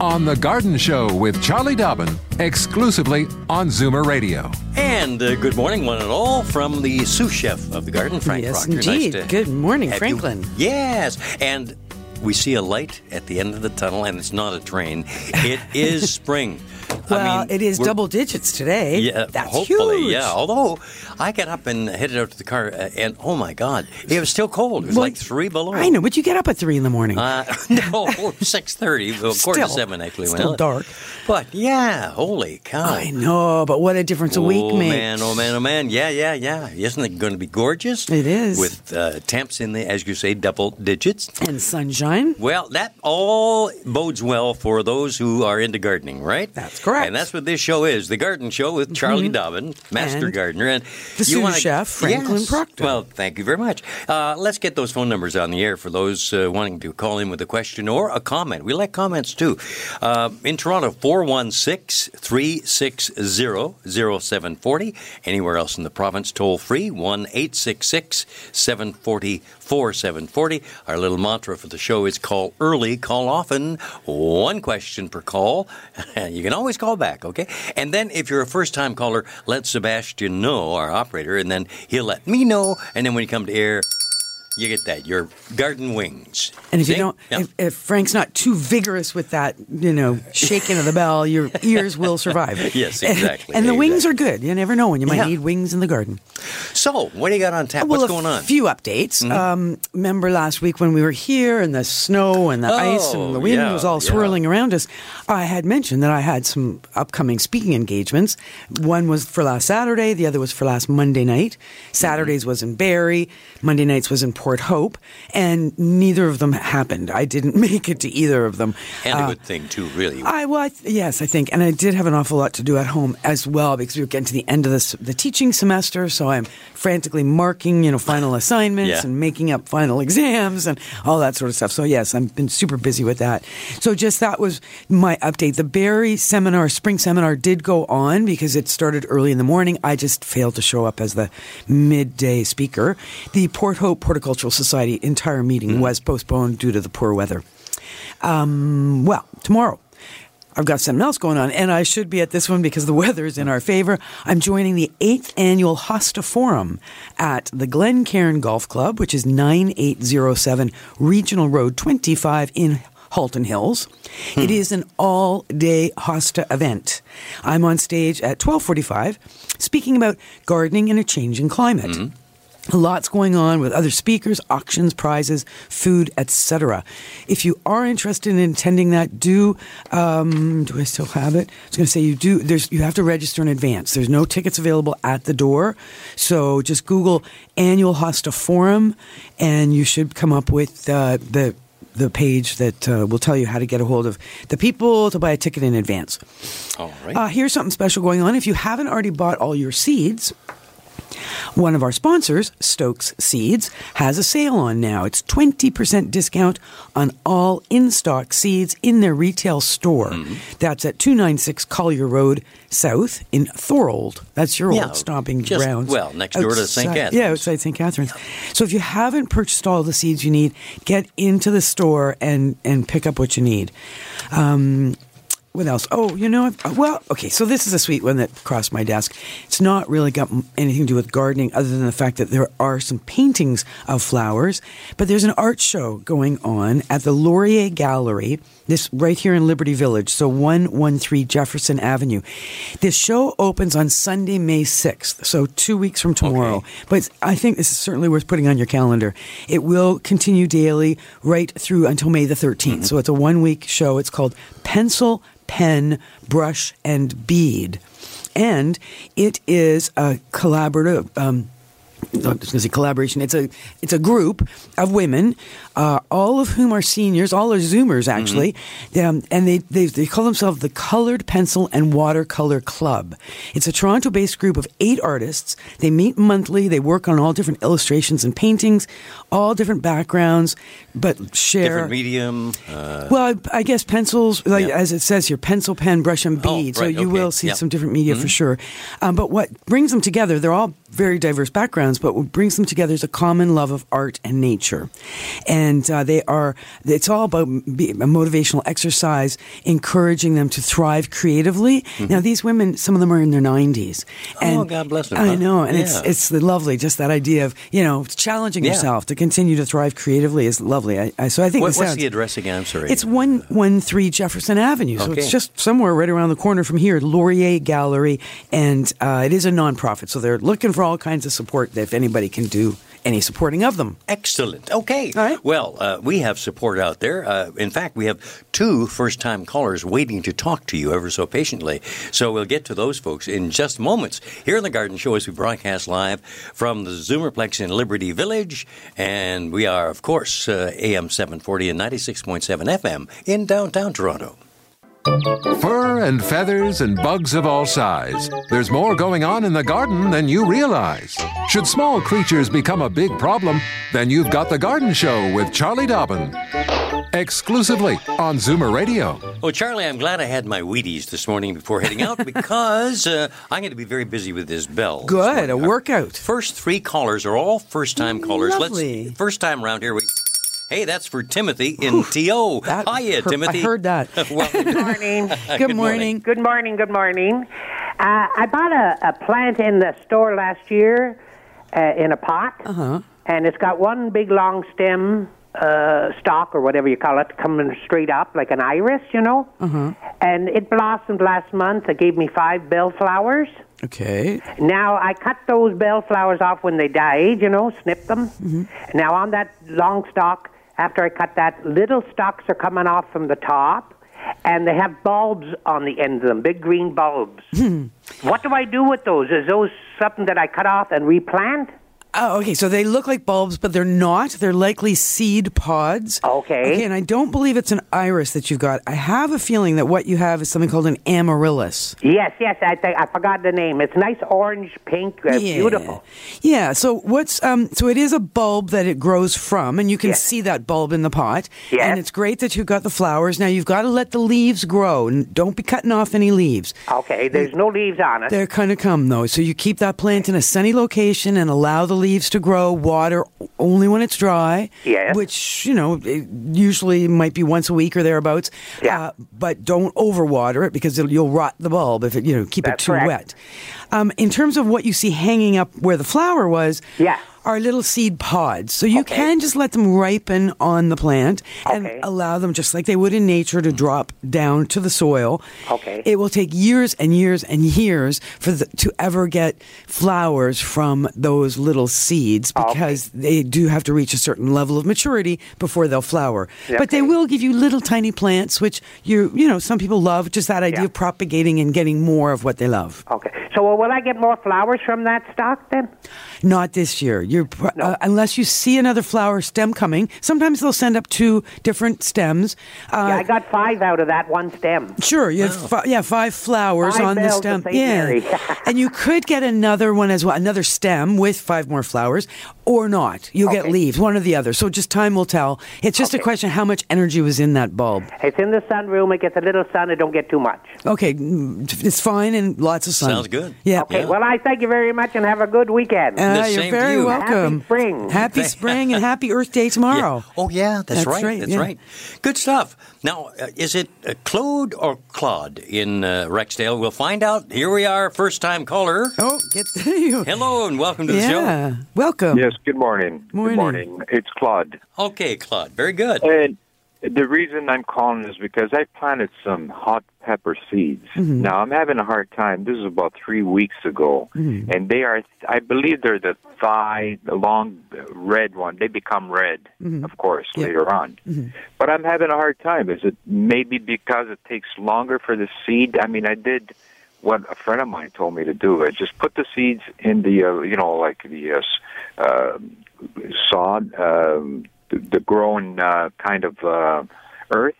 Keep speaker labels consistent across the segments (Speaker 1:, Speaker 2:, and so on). Speaker 1: On The Garden Show with Charlie Dobbin, exclusively on Zoomer Radio.
Speaker 2: And uh, good morning, one and all, from the sous chef of the garden, Frank
Speaker 3: yes,
Speaker 2: Proctor. Nice
Speaker 3: indeed.
Speaker 2: to
Speaker 3: Good morning,
Speaker 2: have you-
Speaker 3: Franklin.
Speaker 2: Yes, and we see a light at the end of the tunnel, and it's not a train. It is spring.
Speaker 3: Well,
Speaker 2: I mean,
Speaker 3: it is
Speaker 2: we're-
Speaker 3: double digits today.
Speaker 2: Yeah,
Speaker 3: that's
Speaker 2: hopefully,
Speaker 3: huge.
Speaker 2: yeah. Although I got up and headed out to the car, uh, and oh my God, it was still cold. It was
Speaker 3: Well,
Speaker 2: like three below.
Speaker 3: I know, but you get up at three in the morning.
Speaker 2: Uh, no, six thirty, well, quarter to
Speaker 3: Still-
Speaker 2: seven actually.
Speaker 3: still
Speaker 2: went out.
Speaker 3: dark.
Speaker 2: but yeah, holy cow!
Speaker 3: I know, but what a difference a week
Speaker 2: oh,
Speaker 3: makes.
Speaker 2: man, oh man, oh man. Yeah, yeah, yeah. Isn't it going to be gorgeous?
Speaker 3: It is.
Speaker 2: With uh, temps in the, as you say, double digits.
Speaker 3: And sunshine.
Speaker 2: Well, that all bodes well for those who are into gardening, right?
Speaker 3: That's correct. Mm-hmm.
Speaker 2: And that's what this show is The Garden Show with Charlie Dobbin, Master
Speaker 3: And
Speaker 2: Gardener. And
Speaker 3: the
Speaker 2: you
Speaker 3: sous
Speaker 2: wanna-
Speaker 3: chef, Franklin
Speaker 2: Yes.
Speaker 3: Proctor.
Speaker 2: Well, thank you very much. Uh, let's get those phone numbers on the air for those uh, wanting to call in with a question or a comment. We like comments too. Uh, in Toronto, 416 360 0740. Anywhere else in the province, toll free 1 866 740 4740. Our little mantra for the show is call early, call often, one question per call. you can always call back, okay? And then if you're a first time caller, let Sebastian know, our operator, and then he'll let me know. And then when you come to air, you get that, your garden wings.
Speaker 3: And if you
Speaker 2: See?
Speaker 3: don't,
Speaker 2: Yeah.
Speaker 3: if, if Frank's not too vigorous with that, you know, shaking of the bell, your ears will survive.
Speaker 2: Yes,
Speaker 3: And-
Speaker 2: exactly,
Speaker 3: And, the wings are
Speaker 2: exactly.
Speaker 3: good. You never know when you might
Speaker 2: Yeah.
Speaker 3: need wings in the garden.
Speaker 2: so, what do you got on tap?
Speaker 3: well,
Speaker 2: What's
Speaker 3: a
Speaker 2: going on? Mm-hmm.
Speaker 3: few updates. Um, remember last week when we were here and the snow and the ice
Speaker 2: Oh,
Speaker 3: and the wind
Speaker 2: yeah,
Speaker 3: was all
Speaker 2: yeah.
Speaker 3: swirling around us? I had mentioned that I had some upcoming speaking engagements. One was for last Saturday, the other was for last Monday night. Saturdays
Speaker 2: Mm-hmm.
Speaker 3: was in Barrie, Monday nights was in Port Hope, and neither of them happened. I didn't make it to either of them.
Speaker 2: and
Speaker 3: Uh,
Speaker 2: a good thing, too, really.
Speaker 3: I well, I th- yes, I think, and I did have an awful lot to do at home as well because we were getting to the end of this, the teaching semester, so I'm frantically marking, you know, final assignments
Speaker 2: Yeah.
Speaker 3: and making up final exams and all that sort of stuff. So yes, I've been super busy with that. So just that was my update. The Barry seminar, spring seminar, did go on because it started early in the morning. I just failed to show up as the midday speaker. The Port Hope Horticultural Society entire meeting was postponed due to the poor weather. Um, well, tomorrow. I've got something else going on, and I should be at this one because the weather is in our favor. I'm joining the eighth annual Hosta Forum at the Glen Cairn Golf Club, which is 9807 Regional Road 25 in Halton Hills. It is an all-day Hosta event. I'm on stage at 12:45, speaking about gardening in a changing climate. Lots going on with other speakers, auctions, prizes, food, etc. If you are interested in attending that, do um, do I still have it? I was going to say you do. There's you have to register in advance. There's no tickets available at the door, so just Google annual Hosta Forum, and you should come up with uh, the the page that uh, will tell you how to get a hold of the people to buy a ticket in advance.
Speaker 2: all right.
Speaker 3: Uh, here's something special going on. If you haven't already bought all your seeds, one of our sponsors, Stokes Seeds, has a sale on now. It's 20% discount on all in stock seeds in their retail store.
Speaker 2: Mm-hmm.
Speaker 3: That's at 296 Collier Road South in Thorold. That's your
Speaker 2: Yeah,
Speaker 3: old stomping
Speaker 2: just-
Speaker 3: grounds.
Speaker 2: well, next door to St.
Speaker 3: Outside-
Speaker 2: Catharines.
Speaker 3: Yeah, outside St. Catharines. So if you haven't purchased all the seeds you need, get into the store and, and pick up what you need. Um, what else? Oh, you know, I've- well, okay, so this is a sweet one that crossed my desk. It's not really got m- anything to do with gardening other than the fact that there are some paintings of flowers, but there's an art show going on at the Laurier Gallery, this right here in Liberty Village, so 113 Jefferson Avenue. This show opens on Sunday, May 6th, so 2 weeks from tomorrow. But it's- I think this is certainly worth putting on your calendar. It will continue daily right through until May the 13th. So it's a one week show. It's called Pencil pen, brush, and bead. And it is a collaborative. Um, I'm just going to say collaboration. It's a it's a group of women, uh, all of whom are seniors, all are Zoomers actually, um, and they, they they call themselves the Colored Pencil and Watercolor Club. It's a Toronto-based group of eight artists. They meet monthly. They work on all different illustrations and paintings, all different backgrounds, but share
Speaker 2: Different medium. Uh,
Speaker 3: well, I, I guess pencils, like
Speaker 2: Yeah.
Speaker 3: as it says here, pencil, pen, brush, and
Speaker 2: Oh,
Speaker 3: bead. so
Speaker 2: right,
Speaker 3: you
Speaker 2: okay. Mm-hmm.
Speaker 3: will see
Speaker 2: Yep.
Speaker 3: some different media for sure. Um, but what brings them together, they're all very diverse backgrounds, but what brings them together is a common love of art and nature. And uh, they are, it's all about m- be- a motivational exercise, encouraging them to thrive creatively. Now, these women, some of them are in their 90s.
Speaker 2: Mm-hmm. Oh, God bless them, huh?
Speaker 3: I know. And it's,
Speaker 2: Yeah.
Speaker 3: it's lovely, just that idea of, you know, challenging
Speaker 2: Yeah.
Speaker 3: yourself to continue to thrive creatively is lovely. I, I, so I think
Speaker 2: what,
Speaker 3: this
Speaker 2: what's
Speaker 3: sounds-
Speaker 2: the address again? I'm sorry.
Speaker 3: it's 113 Jefferson Avenue. So
Speaker 2: Okay.
Speaker 3: it's just somewhere right around the corner from here, Laurier Gallery. And uh, it is a nonprofit. So they're looking for all kinds of support if anybody can do any supporting of them.
Speaker 2: Excellent. Okay.
Speaker 3: All right.
Speaker 2: Well, uh, we have support out there. Uh, in fact, we have two first time callers waiting to talk to you ever so patiently. So we'll get to those folks in just moments here in the Garden Show as we broadcast live from the Zoomerplex in Liberty Village. And we are, of course, uh, AM 740 and 96.7 FM in downtown Toronto.
Speaker 1: Fur and feathers and bugs of all size. There's more going on in the garden than you realize. Should small creatures become a big problem, then you've got The Garden Show with Charlie Dobbin. Exclusively on Zoomer Radio.
Speaker 2: Well, Oh, Charlie, I'm glad I had my Wheaties this morning before heading out because uh, I'm going to be very busy with this bell. this
Speaker 3: Good, a
Speaker 2: morning.
Speaker 3: workout.
Speaker 2: First three callers are all first time callers.
Speaker 3: Lovely.
Speaker 2: Let's first time round here. We hey, that's for Timothy in TO.
Speaker 3: That
Speaker 2: Hiya,
Speaker 3: hurt-
Speaker 2: Timothy.
Speaker 3: I heard that.
Speaker 2: Welcome.
Speaker 4: morning.
Speaker 3: Good,
Speaker 2: morning.
Speaker 3: morning.
Speaker 4: good morning. Good morning. Uh, I bought a, a plant in the store last year uh, in a pot,
Speaker 3: Uh-huh.
Speaker 4: and it's got one big long stem uh, stalk or whatever you call it coming straight up like an iris, you know. And it blossomed last month. It gave me five bell flowers.
Speaker 3: Okay.
Speaker 4: Now I cut those bell flowers off when they died, you know, snip them. Now on that long stalk, after I cut that, little stalks are coming off from the top, and they have bulbs on the end of them, big green bulbs. what do I do with those? Is those something that I cut off and replant?
Speaker 3: Oh, okay. So they look like bulbs, but they're not. They're likely seed pods.
Speaker 4: Okay.
Speaker 3: Okay, and I don't believe it's an iris that you've got. I have a feeling that what you have is something called an amaryllis.
Speaker 4: Yes, yes. I think I forgot the name. It's nice orange, pink, uh, beautiful.
Speaker 3: Yeah. So what's um? So it is a bulb that it grows from, and you can
Speaker 4: Yes.
Speaker 3: see that bulb in the pot.
Speaker 4: Yes.
Speaker 3: And it's great that you've got the flowers. Now you've got to let the leaves grow, and don't be cutting off any leaves.
Speaker 4: Okay. There's no leaves on it.
Speaker 3: They're kind of come though, so you keep that plant in a sunny location and allow the leaves to grow. Water only when it's dry.
Speaker 4: Yes.
Speaker 3: Which you know it usually might be once a week or thereabouts. Uh,
Speaker 4: Yeah.
Speaker 3: but don't overwater it because it'll, you'll rot the bulb if it, you know keep
Speaker 4: That's
Speaker 3: it too
Speaker 4: correct.
Speaker 3: wet. Um, in terms of what you see hanging up where the flower was.
Speaker 4: Yeah.
Speaker 3: Are little seed pods. So you
Speaker 4: Okay.
Speaker 3: can just let them ripen on the plant and
Speaker 4: Okay.
Speaker 3: allow them, just like they would in nature, to drop down to the soil.
Speaker 4: Okay.
Speaker 3: It will take years and years and years for the, to ever get flowers from those little seeds
Speaker 4: Oh,
Speaker 3: because they do have to reach a certain level of maturity before they'll flower. But they
Speaker 4: Okay.
Speaker 3: will give you little tiny plants, which you you know some people love. Just that idea
Speaker 4: Yeah.
Speaker 3: of propagating and getting more of what they love.
Speaker 4: okay. So uh, will I get more flowers from that stock then?
Speaker 3: Not this year. You're pr- uh, unless you see another flower stem coming. Sometimes they'll send up two different stems. Uh,
Speaker 4: yeah, I got five out of that one stem.
Speaker 3: Sure, you have fi- yeah five flowers
Speaker 4: Five
Speaker 3: on the
Speaker 4: bells of
Speaker 3: stem.
Speaker 4: Saint
Speaker 3: Yeah,
Speaker 4: Mary.
Speaker 3: and you could get another one as well, another stem with five more flowers, or not. You'll get
Speaker 4: Okay.
Speaker 3: leaves, one or the other. So just time will tell. It's just a
Speaker 4: Okay.
Speaker 3: question of how much energy was in that bulb.
Speaker 4: It's in the sunroom. It gets a little sun. It don't get too much.
Speaker 3: Okay, mm, it's fine and lots of sun.
Speaker 2: Sounds good.
Speaker 3: Yeah.
Speaker 4: Okay. Well, I thank you very much and have a good weekend.
Speaker 3: Uh,
Speaker 2: The
Speaker 3: you're
Speaker 2: same to
Speaker 3: very
Speaker 2: you.
Speaker 3: welcome. welcome.
Speaker 4: Happy spring.
Speaker 3: Happy spring and happy Earth Day tomorrow.
Speaker 2: Oh yeah, that's,
Speaker 3: That's
Speaker 2: right.
Speaker 3: right,
Speaker 2: That's
Speaker 3: yeah.
Speaker 2: right. Good stuff. Now, uh, is it uh, Claude or Claude in uh, Rexdale? We'll find out. Here we are, first time caller.
Speaker 3: Oh, get you.
Speaker 2: Hello and welcome to the show.
Speaker 3: Yeah. Welcome.
Speaker 5: Yes, good morning.
Speaker 3: Morning.
Speaker 5: Good morning. It's Claude.
Speaker 2: Okay, Claude. Very good.
Speaker 5: And the reason I'm calling is because I planted some hot pepper seeds.
Speaker 3: Mm-hmm. Hmm.
Speaker 5: Now, I'm having a hard time. This is about three weeks ago.
Speaker 3: Mm-hmm.
Speaker 5: And they are, I believe they're the thigh, the long uh, red one. They become red,
Speaker 3: Mm-hmm.
Speaker 5: of course, later on. But I'm having a hard time. Is it maybe because it takes longer for the seed? I mean, I did what a friend of mine told me to do. I just put the seeds in the, uh, you know, like the uh, s- uh, sod, um, the, the grown uh, kind of uh, earth,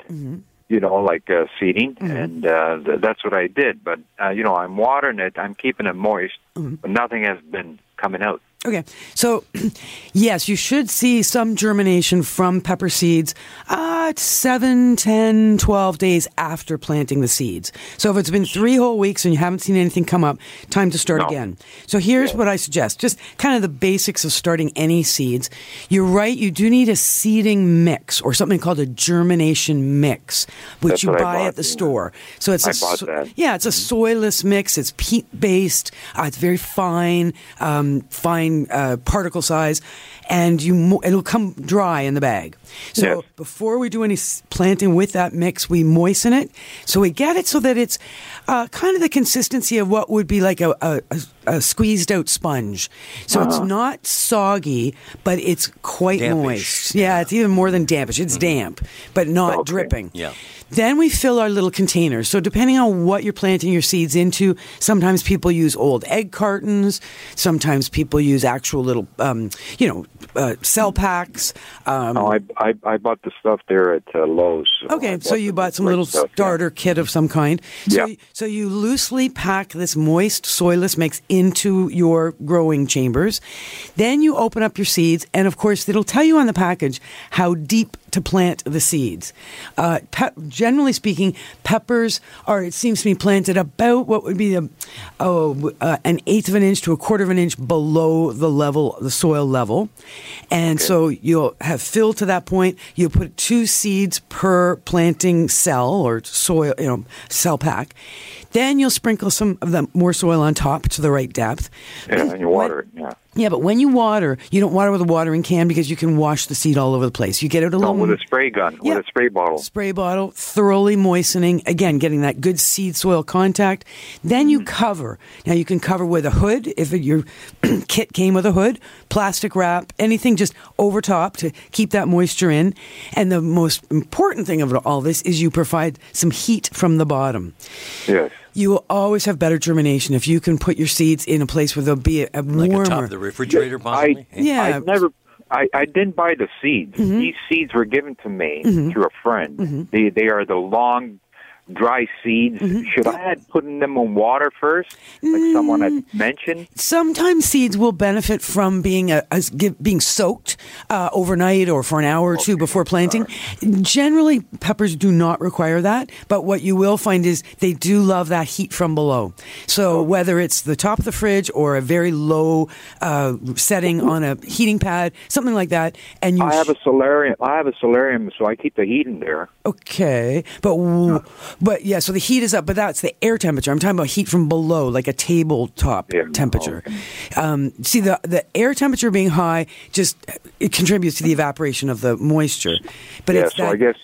Speaker 5: you know, like uh, seeding,
Speaker 3: Mm-hmm.
Speaker 5: and uh, th- that's what I did. But uh, you know, I'm watering it, I'm keeping it moist,
Speaker 3: Mm-hmm.
Speaker 5: but nothing has been coming out.
Speaker 3: Okay. So, yes, you should see some germination from pepper seeds uh, 7, 10, 12 days after planting the seeds. So, if it's been three whole weeks and you haven't seen anything come up, time to start
Speaker 5: No.
Speaker 3: again. So, here's what I suggest just kind of the basics of starting any seeds. You're right, you do need a seeding mix or something called a germination mix, which
Speaker 5: That's
Speaker 3: you
Speaker 5: what I
Speaker 3: buy
Speaker 5: bought,
Speaker 3: at the
Speaker 5: yeah.
Speaker 3: store. So, it's
Speaker 5: I
Speaker 3: a
Speaker 5: bought
Speaker 3: so-
Speaker 5: that.
Speaker 3: yeah, it's a soilless mix. It's peat based. Uh, it's very fine, um, fine uh, particle size, and you mo- it'll come dry in the bag. So
Speaker 5: Yes.
Speaker 3: before we do any s- planting with that mix, we moisten it. So we get it so that it's uh, kind of the consistency of what would be like a, a, a, a squeezed out sponge. So it's not soggy, but it's quite
Speaker 2: Dampish.
Speaker 3: moist. Yeah, it's even more than dampish. It's damp, but not
Speaker 5: Okay.
Speaker 3: dripping.
Speaker 2: Yeah.
Speaker 3: Then we fill our little containers. So depending on what you're planting your seeds into, sometimes people use old egg cartons. Sometimes people use actual little, um, you know, uh, cell packs. Um,
Speaker 5: No, I, I I bought the stuff there at uh, Lowe's. I
Speaker 3: okay, so you
Speaker 5: the
Speaker 3: bought some
Speaker 5: great
Speaker 3: little
Speaker 5: stuff, yeah.
Speaker 3: starter kit of some kind. So,
Speaker 5: Yeah.
Speaker 3: you- so you loosely pack this moist, soilless mix into your growing chambers. Then you open up your seeds, and of course, it'll tell you on the package how deep to plant the seeds. Uh, pep- generally speaking, peppers are, it seems to me, planted about what would be the, oh, uh, an eighth of an inch to a quarter of an inch below the level, the soil level. And so you'll have filled to that point. You'll put two seeds per planting cell or soil, you know, cell pack. Then you'll sprinkle some of the more soil on top to the right depth.
Speaker 5: Yeah, and you water it. Yeah.
Speaker 3: Yeah, but when you water, you don't water with a watering can because you can wash the seed all over the place. You get it a
Speaker 5: No,
Speaker 3: little
Speaker 5: with a spray gun,
Speaker 3: Yeah.
Speaker 5: with a spray bottle.
Speaker 3: Spray bottle, thoroughly moistening, again, getting that good seed soil contact. Then
Speaker 2: Mm.
Speaker 3: you cover. Now you can cover with a hood if it- your kit came with a hood, plastic wrap, anything just over top to keep that moisture in. And the most important thing of all this is you provide some heat from the bottom.
Speaker 5: Yes.
Speaker 3: You will always have better germination if you can put your seeds in a place where they'll be a, a
Speaker 2: like
Speaker 3: warmer.
Speaker 2: a top of the refrigerator, possibly.
Speaker 5: I,
Speaker 2: Eh?
Speaker 3: Yeah. Mm-hmm.
Speaker 5: I never. I, I didn't buy the seeds. These seeds were given to me through a friend. They they are the long, dry seeds.
Speaker 3: Mm-hmm.
Speaker 5: Should I have put them in water first, like someone had
Speaker 3: Mm.
Speaker 5: mentioned?
Speaker 3: sometimes seeds will benefit from being a, as give, being soaked uh, overnight or for an hour or two before planting. Generally, peppers do not require that, but what you will find is they do love that heat from below. So whether it's the top of the fridge or a very low uh, setting on a heating pad, something like that, and you
Speaker 5: I have
Speaker 3: sh-
Speaker 5: a solarium. I have a solarium, so I keep the heat in there.
Speaker 3: Okay, but w- but yeah, so the heat is up, but that's the air temperature. I'm talking about heat from below, like a tabletop
Speaker 5: Yeah,
Speaker 3: temperature. Um, see, the the air temperature being high just it contributes to the evaporation of the moisture. But
Speaker 5: yeah.
Speaker 3: it's
Speaker 5: So
Speaker 3: that,
Speaker 5: I guess.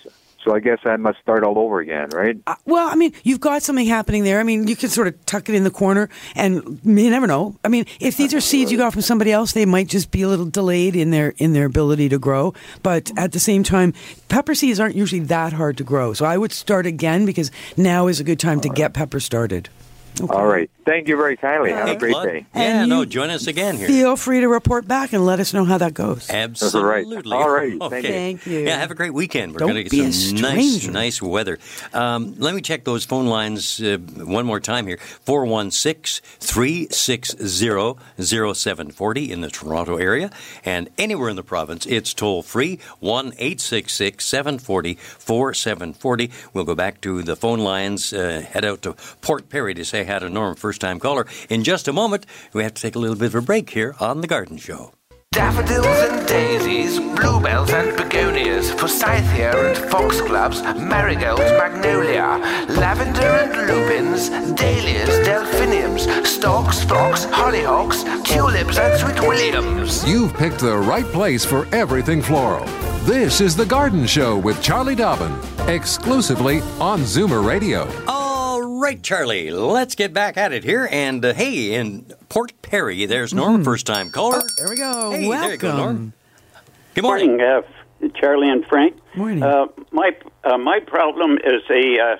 Speaker 5: So I guess I must start all over again, right?
Speaker 3: uh, well, I mean, you've got something happening there. I mean, you can sort of tuck it in the corner, and you never know. I mean, if these are seeds you got from somebody else, they might just be a little delayed in their in their ability to grow. But at the same time, pepper seeds aren't usually that hard to grow. So I would start again because now is a good time to get pepper started.
Speaker 5: All right. Thank you very kindly. Have a
Speaker 2: Hey,
Speaker 5: great
Speaker 2: Claude.
Speaker 5: day.
Speaker 2: Yeah,
Speaker 3: And
Speaker 2: no,
Speaker 3: you
Speaker 2: join us again here.
Speaker 3: Feel free to report back and let us know how that goes.
Speaker 2: Absolutely.
Speaker 5: All right. Thank
Speaker 2: Okay.
Speaker 5: you.
Speaker 3: Thank you.
Speaker 2: Yeah, have a great weekend. We're
Speaker 3: Don't
Speaker 2: going to
Speaker 3: be
Speaker 2: get
Speaker 3: a
Speaker 2: some nice,
Speaker 3: stranger.
Speaker 2: nice weather. Um, let me check those phone lines uh, one more time here 416 360 0740 in the Toronto area. And anywhere in the province, it's toll free 1 866 740 4740. We'll go back to the phone lines, uh, head out to Port Perry to say hi to Norm, first time caller. In just a moment, we have to take a little bit of a break here on The Garden Show.
Speaker 6: Daffodils and daisies, bluebells and begonias, forsythia and foxgloves, marigolds, magnolia, lavender and lupins, dahlias, delphiniums, stalks, fox, hollyhocks, tulips and sweet williams.
Speaker 1: You've picked the right place for everything floral. This is The Garden Show with Charlie Dobbin, exclusively on Zoomer Radio.
Speaker 2: All right, Charlie, let's get back at it here. And uh, hey, in Port Perry, there's Norm, first time caller.
Speaker 3: There we go.
Speaker 2: Hey,
Speaker 3: Hmm. Welcome.
Speaker 2: there you go, Norm. Good morning.
Speaker 7: Morning, uh, Charlie and Frank.
Speaker 3: Morning.
Speaker 7: Uh, my uh, my problem is a uh,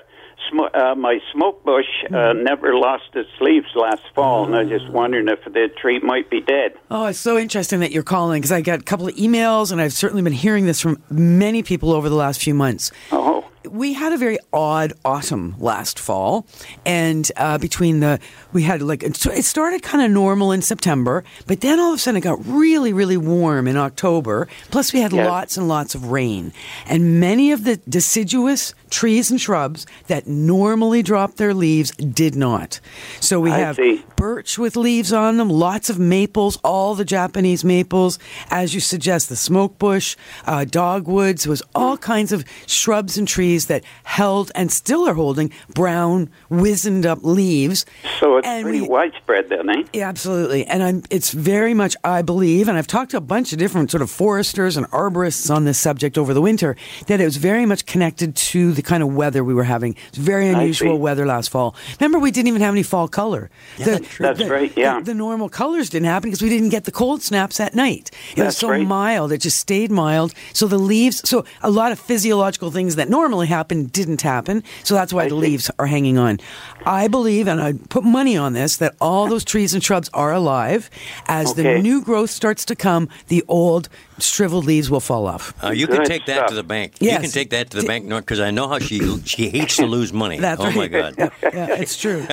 Speaker 7: sm- uh, my smoke bush uh,
Speaker 3: Mm-hmm.
Speaker 7: never lost its leaves last fall, and I
Speaker 3: Ah.
Speaker 7: was just wondering if the tree might be dead.
Speaker 3: Oh, it's so interesting that you're calling because I got a couple of emails and I've certainly been hearing this from many people over the last few months.
Speaker 7: Oh,
Speaker 3: we had a very odd autumn last fall, and uh, between the we had like it it started kind of normal in September, but then all of a sudden it got really, really warm in October. Plus, we had
Speaker 7: Yeah.
Speaker 3: lots and lots of rain, and many of the deciduous trees and shrubs that normally drop their leaves did not. So we
Speaker 7: I
Speaker 3: have
Speaker 7: see.
Speaker 3: birch with leaves on them, lots of maples, all the Japanese maples, as you suggest, the smoke bush, uh, dogwoods, was all kinds of shrubs and trees that held and still are holding brown, wizened up leaves.
Speaker 7: so it's
Speaker 3: And
Speaker 7: pretty
Speaker 3: we-
Speaker 7: widespread then, eh?
Speaker 3: yeah, absolutely. And I'm, it's very much, I believe, and I've talked to a bunch of different sort of foresters and arborists on this subject over the winter, that it was very much connected to the kind of weather we were having. It's very unusual
Speaker 7: see.
Speaker 3: weather last fall. Remember, we didn't even have any fall color. the,
Speaker 7: That's right, yeah.
Speaker 3: The, the normal colors didn't happen because we didn't get the cold snaps at night. It was
Speaker 7: That's
Speaker 3: so
Speaker 7: right.
Speaker 3: mild. It just stayed mild. So the leaves, so a lot of physiological things that normally happen didn't happen. So that's why the
Speaker 7: see.
Speaker 3: leaves are hanging on. I believe, and I put money on this, that all those trees and shrubs are alive. As the
Speaker 7: Okay.
Speaker 3: new growth starts to come, the old shriveled leaves will fall off.
Speaker 2: Uh, you can
Speaker 7: Good
Speaker 2: take that
Speaker 7: stuff.
Speaker 2: to the bank. You
Speaker 3: Yes.
Speaker 2: can take that to the bank, Norm, because I know how she she hates to lose money.
Speaker 3: That's
Speaker 2: oh
Speaker 3: right.
Speaker 2: my God.
Speaker 3: Yeah, yeah, it's true.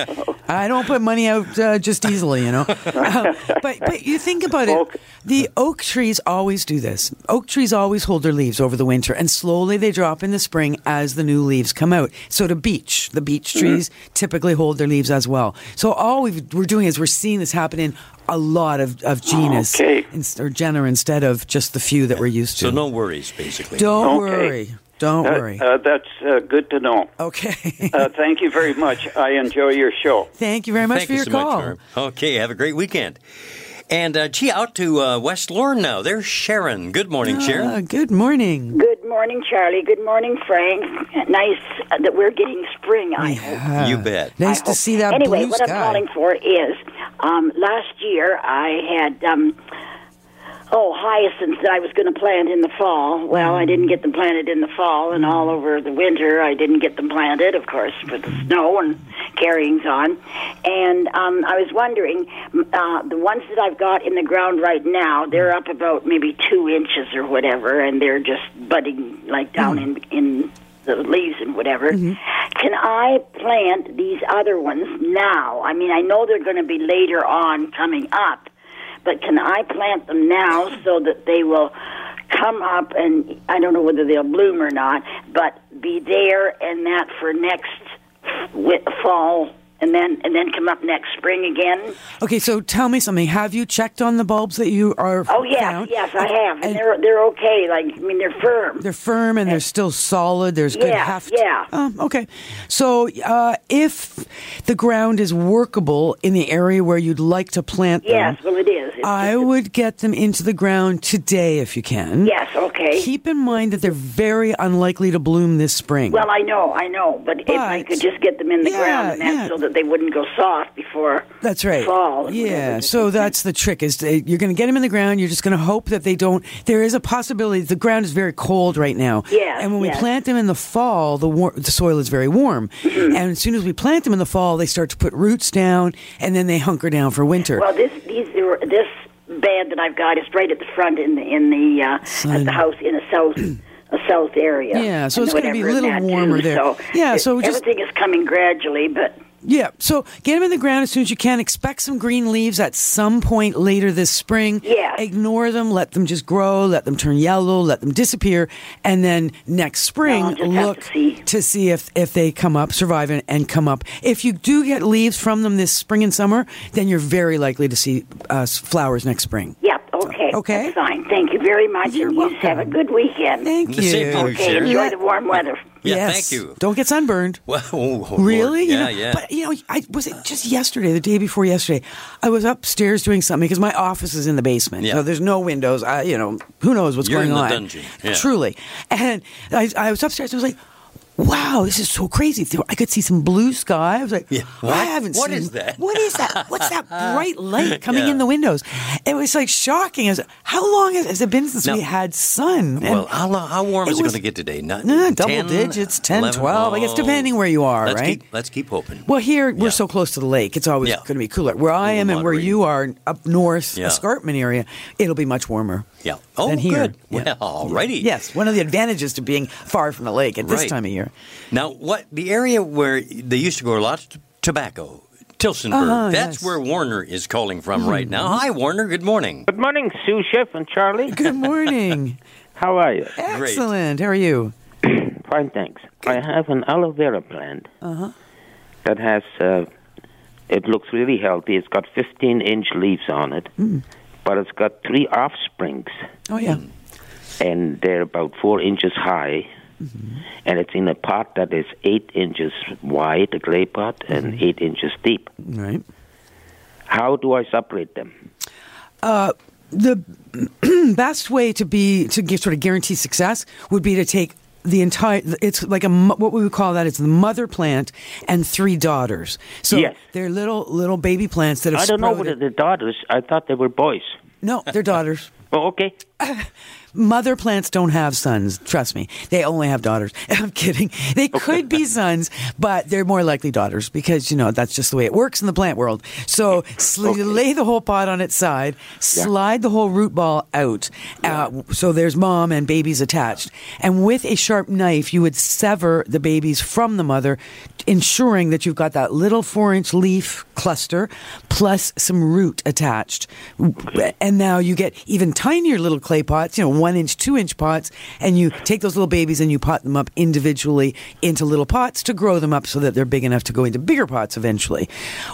Speaker 3: I don't put money out uh, just easily, you know. Um, but but you think about it,
Speaker 7: Oak.
Speaker 3: the oak trees always do this. Oak trees always hold their leaves over the winter, and slowly they drop in the spring as the new leaves come out. So to beech, the beech
Speaker 2: Mm-hmm.
Speaker 3: trees typically hold their leaves as well. So all we've, we're doing is we're seeing this happen in a lot of of genus
Speaker 7: Okay.
Speaker 3: ins- or genera instead of just the few that we're used to.
Speaker 2: So no worries, basically.
Speaker 3: don't
Speaker 7: Okay.
Speaker 3: worry. Don't
Speaker 7: That-
Speaker 3: worry.
Speaker 7: Uh, that's uh, good to know.
Speaker 3: okay.
Speaker 7: Uh, thank you very much. I enjoy your show.
Speaker 3: Thank you very much
Speaker 2: Thank
Speaker 3: for
Speaker 2: you
Speaker 3: your
Speaker 2: so
Speaker 3: call.
Speaker 2: much, Norm. Okay, have a great weekend. And uh, gee, out to uh, West Lorne now. There's Sharon. Good morning, Sharon.
Speaker 3: Ah, good morning.
Speaker 8: Good morning, Charlie. Good morning, Frank. Nice that we're getting spring. I hope.
Speaker 2: you bet.
Speaker 3: Nice
Speaker 8: I
Speaker 3: to
Speaker 8: hope.
Speaker 3: see that
Speaker 8: Anyway,
Speaker 3: blue
Speaker 8: what
Speaker 3: sky.
Speaker 8: I'm calling for is um, last year I had um, oh hyacinths that I was going to plant in the fall. Well, I didn't get them planted in the fall, and
Speaker 3: Mm.
Speaker 8: all over the winter I didn't get them planted, of course, with the snow and carryings on. And um, I was wondering m- uh, the ones that I've got in the ground right now,
Speaker 3: Mm.
Speaker 8: they're up about maybe two inches or whatever, and they're just budding like
Speaker 3: Mm.
Speaker 8: down in in the leaves and whatever.
Speaker 3: Mm-hmm.
Speaker 8: Can I plant these other ones now? I mean, I know they're going to be later on coming up, but can I plant them now so that they will come up and I don't know whether they'll bloom or not, but be there and that for next wi- fall and then and then come up next spring again?
Speaker 3: okay, so tell me something. Have you checked on the bulbs that you are?
Speaker 8: Oh yes,
Speaker 3: found? Uh,
Speaker 8: yes, I have, and,
Speaker 3: And
Speaker 8: they're they're okay. Like I mean, they're firm.
Speaker 3: they're firm and they're still solid. There's good
Speaker 8: Yeah,
Speaker 3: heft.
Speaker 8: yeah.
Speaker 3: Oh, okay. So uh, if the ground is workable in the area where you'd like to plant
Speaker 8: yes,
Speaker 3: them,
Speaker 8: well it is. It's
Speaker 3: I
Speaker 8: just-
Speaker 3: would get them into the ground today if you can.
Speaker 8: Yes, okay.
Speaker 3: Keep in mind that they're very unlikely to bloom this spring.
Speaker 8: Well, I know, I know, but, if I
Speaker 3: But-
Speaker 8: could just get them in the
Speaker 3: Yeah,
Speaker 8: ground and that,
Speaker 3: yeah.
Speaker 8: so that they wouldn't go soft before
Speaker 3: That's right.
Speaker 8: fall. and
Speaker 3: Yeah.
Speaker 8: whatever.
Speaker 3: So that's the trick is that you're going to get them in the ground. You're just going to hope that they don't. There is a possibility. The ground is very cold right now.
Speaker 8: Yes,
Speaker 3: And when we
Speaker 8: yes.
Speaker 3: plant them in the fall, the war- the soil is very warm. And as soon as we plant them in the fall, they start to put roots down, and then they hunker down for winter.
Speaker 8: Well, this these are- this bed that I've got is right at the front in the in the uh,
Speaker 3: Sun.
Speaker 8: at the house in a south a south area.
Speaker 3: Yeah, so
Speaker 8: and
Speaker 3: it's gonna be a
Speaker 8: whatever
Speaker 3: little
Speaker 8: and that
Speaker 3: warmer
Speaker 8: too,
Speaker 3: there.
Speaker 8: So
Speaker 3: Yeah,
Speaker 8: it-
Speaker 3: so just-
Speaker 8: everything is coming gradually, but
Speaker 3: yeah. So get them in the ground as soon as you can. Expect some green leaves at some point later this spring.
Speaker 8: Yes.
Speaker 3: Ignore them. Let them just grow. Let them turn yellow. Let them disappear. And then next spring,
Speaker 8: I'll just have to
Speaker 3: look
Speaker 8: see.
Speaker 3: to see if if they come up, survive, and, and come up. If you do get leaves from them this spring and summer, then you're very likely to see uh, s- flowers next spring.
Speaker 8: yeah, okay. Okay.
Speaker 3: Okay.
Speaker 8: That's fine. Thank you very much.
Speaker 3: You're
Speaker 8: and you just have a
Speaker 3: welcome.
Speaker 8: good weekend.
Speaker 3: Thank
Speaker 2: The
Speaker 3: you.
Speaker 2: same to you,
Speaker 8: okay.
Speaker 2: Sharon.
Speaker 8: Enjoy the warm weather.
Speaker 2: Yeah,
Speaker 3: yes.
Speaker 2: thank you.
Speaker 3: Don't get sunburned.
Speaker 2: Well, oh, oh, Lord.
Speaker 3: Really? You
Speaker 2: Yeah,
Speaker 3: know,
Speaker 2: yeah.
Speaker 3: But you know, I was it just yesterday, the day before yesterday. I was upstairs doing something because my office is in the basement,
Speaker 2: Yeah.
Speaker 3: so there's no windows. I, you know, who knows what's
Speaker 2: You're
Speaker 3: going
Speaker 2: in the
Speaker 3: on?
Speaker 2: dungeon. Yeah.
Speaker 3: Truly, and I, I was upstairs. I was like. Wow, this is so crazy. There- I could see some blue sky. I was like,
Speaker 2: Yeah.
Speaker 3: I
Speaker 2: What?
Speaker 3: haven't
Speaker 2: What
Speaker 3: seen
Speaker 2: is that?
Speaker 3: What is that? What's that bright light coming
Speaker 2: Yeah.
Speaker 3: in the windows? It was like shocking. I was like, how long has, has it been since
Speaker 2: Now-
Speaker 3: we had sun? And-
Speaker 2: well, how, lo- how warm
Speaker 3: it
Speaker 2: is it
Speaker 3: was-
Speaker 2: going to get today? Not,
Speaker 3: Nah, double digits, 10, 12, I guess depending where you are,
Speaker 2: let's
Speaker 3: right?
Speaker 2: Keep, let's keep hoping.
Speaker 3: Well, here we're
Speaker 2: Yeah.
Speaker 3: so close to the lake; it's always
Speaker 2: Yeah.
Speaker 3: going to be cooler. Where I
Speaker 2: Little
Speaker 3: am and where
Speaker 2: moderate.
Speaker 3: you are, up north,
Speaker 2: Yeah.
Speaker 3: escarpment area, it'll be much warmer.
Speaker 2: Yeah. Oh,
Speaker 3: than here.
Speaker 2: good.
Speaker 3: Yeah.
Speaker 2: Well, alrighty.
Speaker 3: Yes, one of the advantages to being far from the lake at
Speaker 2: Right.
Speaker 3: this time of year.
Speaker 2: Now, what the area where they used to grow a lot of t- tobacco, Tilsonburg.
Speaker 3: Uh-huh,
Speaker 2: that's
Speaker 3: yes. Hmm.
Speaker 2: where Warner is calling from right now. Hi, Warner. Good morning.
Speaker 9: Good morning, Sue, Chef, and Charlie.
Speaker 3: Good morning.
Speaker 9: How are you?
Speaker 3: Excellent. How are you?
Speaker 9: Fine, thanks. I have an aloe vera plant
Speaker 3: Uh-huh.
Speaker 9: that has, uh, it looks really healthy. It's got 15 inch leaves on it, but it's got three offsprings,
Speaker 3: Mm. Oh yeah.
Speaker 9: and they're about four inches high.
Speaker 3: Mm-hmm.
Speaker 9: And it's in a pot that is eight inches wide, a clay pot, and eight inches deep.
Speaker 3: Mm-hmm. Right.
Speaker 9: How do I separate them?
Speaker 3: Uh, The best way to be to give, sort of guarantee success would be to take the entire. It's like a mo- what we would call that. It's the mother plant and three daughters. So
Speaker 9: Yes.
Speaker 3: they're little little baby plants that have
Speaker 9: I don't know whether
Speaker 3: sprouted-
Speaker 9: the daughters, I thought they were boys.
Speaker 3: No, they're daughters.
Speaker 9: Oh, okay.
Speaker 3: Mother plants don't have sons. Trust me, they only have daughters. I'm kidding. They could be sons, but they're more likely daughters because you know that's just the way it works in the plant world. So sl- lay the whole pot on its side, slide the whole root ball out, uh, so there's mom and babies attached. And with a sharp knife, you would sever the babies from the mother, ensuring that you've got that little four-inch leaf cluster plus some root attached. And now you get even tinier little clay pots, you know, one inch, two inch pots, and you take those little babies and you pot them up individually into little pots to grow them up so that they're big enough to go into bigger pots eventually.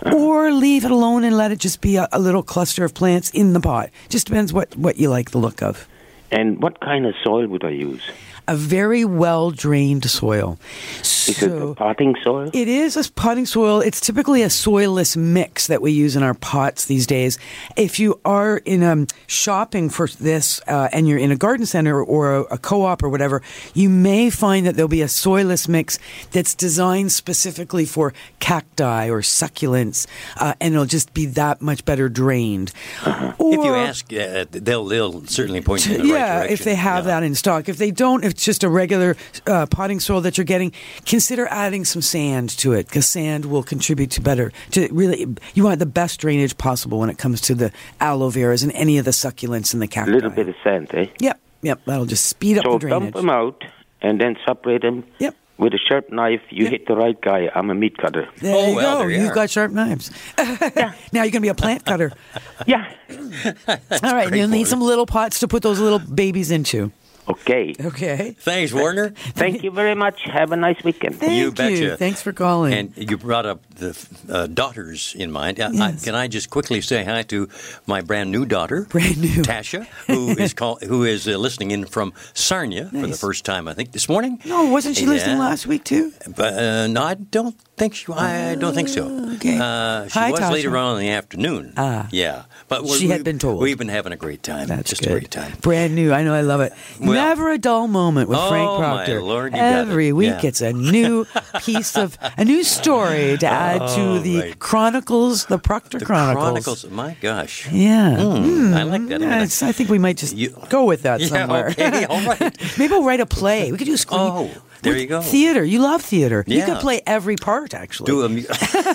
Speaker 3: Or leave it alone and let it just be a, a little cluster of plants in the pot. Just depends what, what you like the look of
Speaker 9: And what kind of soil would I use?
Speaker 3: a very well drained soil.
Speaker 9: Is it
Speaker 3: So
Speaker 9: the potting soil?
Speaker 3: it is a potting soil. It's typically a soilless mix that we use in our pots these days. If you are in um, shopping for this uh, and you're in a garden center or a, a co-op or whatever, you may find that there'll be a soilless mix that's designed specifically for cacti or succulents, uh, and it'll just be that much better drained. Or,
Speaker 2: Uh-huh. If you ask, uh, they'll they'll certainly point you in the right
Speaker 3: yeah,
Speaker 2: direction.
Speaker 3: if they have
Speaker 2: Yeah.
Speaker 3: that in stock. If they don't, if it's just a regular uh, potting soil that you're getting, consider adding some sand to it because sand will contribute to better. To really, you want the best drainage possible when it comes to the aloe veras and any of the succulents and the
Speaker 9: A
Speaker 3: cacti.
Speaker 9: little bit of sand, eh?
Speaker 3: Yep, yep. That'll just speed up
Speaker 9: So
Speaker 3: the
Speaker 9: dump
Speaker 3: drainage.
Speaker 9: them out and then separate them.
Speaker 3: Yep.
Speaker 9: With a sharp knife, you
Speaker 3: Yep.
Speaker 9: hit the right guy. I'm a meat cutter.
Speaker 3: There
Speaker 2: Oh,
Speaker 3: you
Speaker 2: well,
Speaker 3: go.
Speaker 2: there you
Speaker 3: You've
Speaker 2: are.
Speaker 3: got sharp knives. now you're going to be a plant cutter.
Speaker 9: Yeah.
Speaker 3: All right, and you'll
Speaker 2: great,
Speaker 3: need some little pots to put those little babies into.
Speaker 9: Okay.
Speaker 3: Okay.
Speaker 2: Thanks, Warner.
Speaker 9: Thank you very much. Have a nice weekend.
Speaker 3: Thank
Speaker 2: You
Speaker 3: you.
Speaker 2: betcha.
Speaker 3: Thanks for calling.
Speaker 2: And you brought up the uh, daughters in mind. Uh, I,
Speaker 3: Yes.
Speaker 2: can I just quickly say hi to my brand new daughter,
Speaker 3: Brand new.
Speaker 2: Tasha, who is call, who is uh, listening in from Sarnia for the
Speaker 3: Nice.
Speaker 2: first time, I think, this morning.
Speaker 3: no, wasn't she listening
Speaker 2: Yeah.
Speaker 3: last week too?
Speaker 2: But uh, no, I don't think she. I don't think so.
Speaker 3: okay.
Speaker 2: Uh, she
Speaker 3: Hi,
Speaker 2: was
Speaker 3: Tasha.
Speaker 2: later on in the afternoon.
Speaker 3: Ah.
Speaker 2: yeah. But we-
Speaker 3: She had
Speaker 2: we-
Speaker 3: been told.
Speaker 2: We've been having a great time.
Speaker 3: That's
Speaker 2: just
Speaker 3: good.
Speaker 2: a great time.
Speaker 3: Brand new. I know. I love it.
Speaker 2: Well-
Speaker 3: Never a dull moment with
Speaker 2: Oh,
Speaker 3: Frank
Speaker 2: my
Speaker 3: Proctor.
Speaker 2: Lord, you got it.
Speaker 3: Every week,
Speaker 2: Yeah.
Speaker 3: it's a new piece of a new story to add to the
Speaker 2: Oh, right.
Speaker 3: Chronicles, the Proctor
Speaker 2: The
Speaker 3: Chronicles.
Speaker 2: Chronicles. My gosh.
Speaker 3: Yeah.
Speaker 2: Hmm, I like that. I'm
Speaker 3: Yeah,
Speaker 2: gonna-
Speaker 3: it's- I think we might just
Speaker 2: You-
Speaker 3: go with that
Speaker 2: Yeah,
Speaker 3: somewhere.
Speaker 2: okay, all right.
Speaker 3: Maybe we'll write a play. We could do screen.
Speaker 2: Oh, there
Speaker 3: with
Speaker 2: you go.
Speaker 3: Theater. You love theater. You
Speaker 2: Yeah.
Speaker 3: could play every part actually
Speaker 2: Do a mu-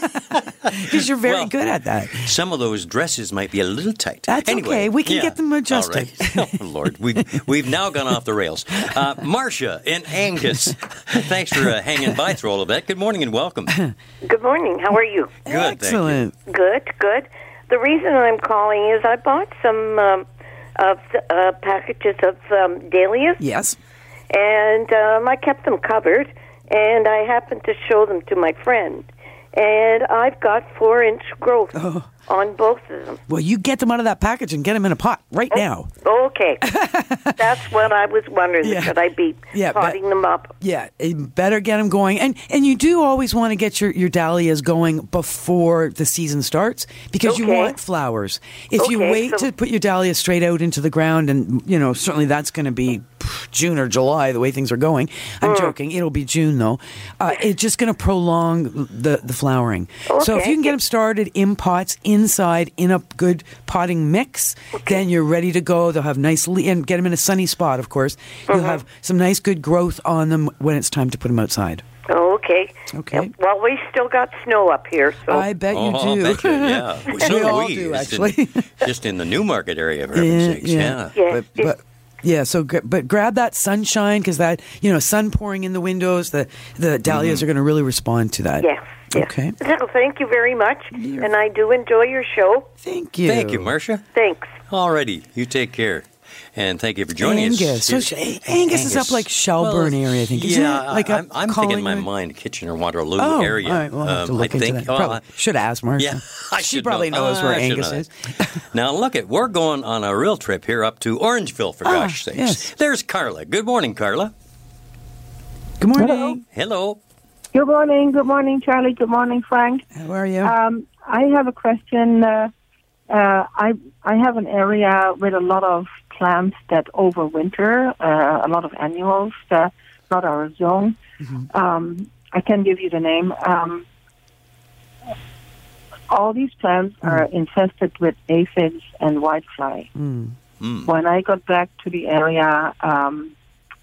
Speaker 3: because you're very
Speaker 2: well,
Speaker 3: good at that.
Speaker 2: Some of those dresses might be a little tight.
Speaker 3: That's
Speaker 2: Anyway,
Speaker 3: okay. We can
Speaker 2: yeah.
Speaker 3: get them adjusted.
Speaker 2: All right. Oh, Lord, we've, we've now gone off the rails. Uh, Marcia and Angus, thanks for uh, hanging by through all of that. Good morning and welcome. Good,
Speaker 10: Good morning. How are you?
Speaker 2: thank you.
Speaker 3: Excellent.
Speaker 10: Good, good. The reason I'm calling is I bought some um, of the, uh, packages of um, dahlias,
Speaker 3: Yes.
Speaker 10: and um, I kept them covered. And
Speaker 3: Oh.
Speaker 10: I happened to show them to my friend, and I've got four inch growth on both of them.
Speaker 3: Well, you get them out of that package and get them in a pot
Speaker 2: Oh.
Speaker 3: right now.
Speaker 10: Okay, that's what I was wondering.
Speaker 3: Yeah.
Speaker 10: Should I be
Speaker 3: Yeah, but-
Speaker 10: potting them up?
Speaker 3: Yeah, it better get them going. And and you do always want to get your, your dahlias going before the season starts because you
Speaker 10: Okay.
Speaker 3: want flowers. If you
Speaker 10: Okay,
Speaker 3: wait
Speaker 10: so-
Speaker 3: to put your dahlia straight out into the ground, and you know certainly that's going to be June or July the way things are going. I'm
Speaker 10: Mm.
Speaker 3: joking. It'll be June though. Uh, it's just going to prolong the the flowering. So if
Speaker 10: Okay.
Speaker 3: you can get them started in pots inside in a good potting mix, then you're ready to go. They'll have nice le- and get them in a sunny spot, of course.
Speaker 10: Mm-hmm.
Speaker 3: You'll have some nice good growth on them when it's time to put them outside.
Speaker 10: Okay.
Speaker 3: Okay.
Speaker 10: Yeah, Well, we still got snow up here, so
Speaker 3: I bet you
Speaker 2: oh,
Speaker 3: do.
Speaker 2: I bet you, yeah. So
Speaker 3: We
Speaker 2: do
Speaker 3: all
Speaker 2: we.
Speaker 3: do,
Speaker 2: Just in-
Speaker 3: actually.
Speaker 2: Just in, the Newmarket area, for heaven's sakes. Yeah.
Speaker 10: Yeah.
Speaker 3: But, but yeah, so gra- but grab that sunshine because that you know sun pouring in the windows, the the dahlias are going to really respond to that.
Speaker 10: yes. yes.
Speaker 3: Okay.
Speaker 10: So thank you very much, and I do enjoy your show.
Speaker 3: Thank you.
Speaker 2: Thank you, Marcia.
Speaker 10: Thanks.
Speaker 2: Alrighty, you take care. And thank you for joining us.
Speaker 3: Angus. So she- Angus is up like Shelburne area, I think, isn't
Speaker 2: yeah,
Speaker 3: it? Like
Speaker 2: I'm,
Speaker 3: up
Speaker 2: I'm thinking in my
Speaker 3: Collingwood?
Speaker 2: mind Kitchener Waterloo
Speaker 3: Oh,
Speaker 2: area.
Speaker 3: all right, we'll have to
Speaker 2: Um,
Speaker 3: look
Speaker 2: I
Speaker 3: into
Speaker 2: think,
Speaker 3: that.
Speaker 2: well,
Speaker 3: Probably-
Speaker 2: I-
Speaker 3: should ask Marcia.
Speaker 2: Yeah, I
Speaker 3: she
Speaker 2: should
Speaker 3: probably
Speaker 2: know.
Speaker 3: knows where
Speaker 2: I should
Speaker 3: Angus
Speaker 2: know.
Speaker 3: is.
Speaker 2: now look at we're going on a real trip here up to Orangeville for
Speaker 3: Ah,
Speaker 2: gosh sakes.
Speaker 3: yes.
Speaker 2: There's Carla. Good morning, Carla.
Speaker 3: Good morning.
Speaker 2: Hello.
Speaker 11: Good morning. Good morning, Charlie. Good morning, Frank.
Speaker 3: How are you?
Speaker 11: Um, I have a question. Uh, uh, I I have an area with a lot of plants that overwinter, uh, a lot of annuals, uh, not our zone. Um, I can give you the name. Um, all these plants
Speaker 3: Mm-hmm.
Speaker 11: are infested with aphids and whitefly.
Speaker 3: Mm-hmm.
Speaker 2: Mm.
Speaker 11: When I got back to the area, um,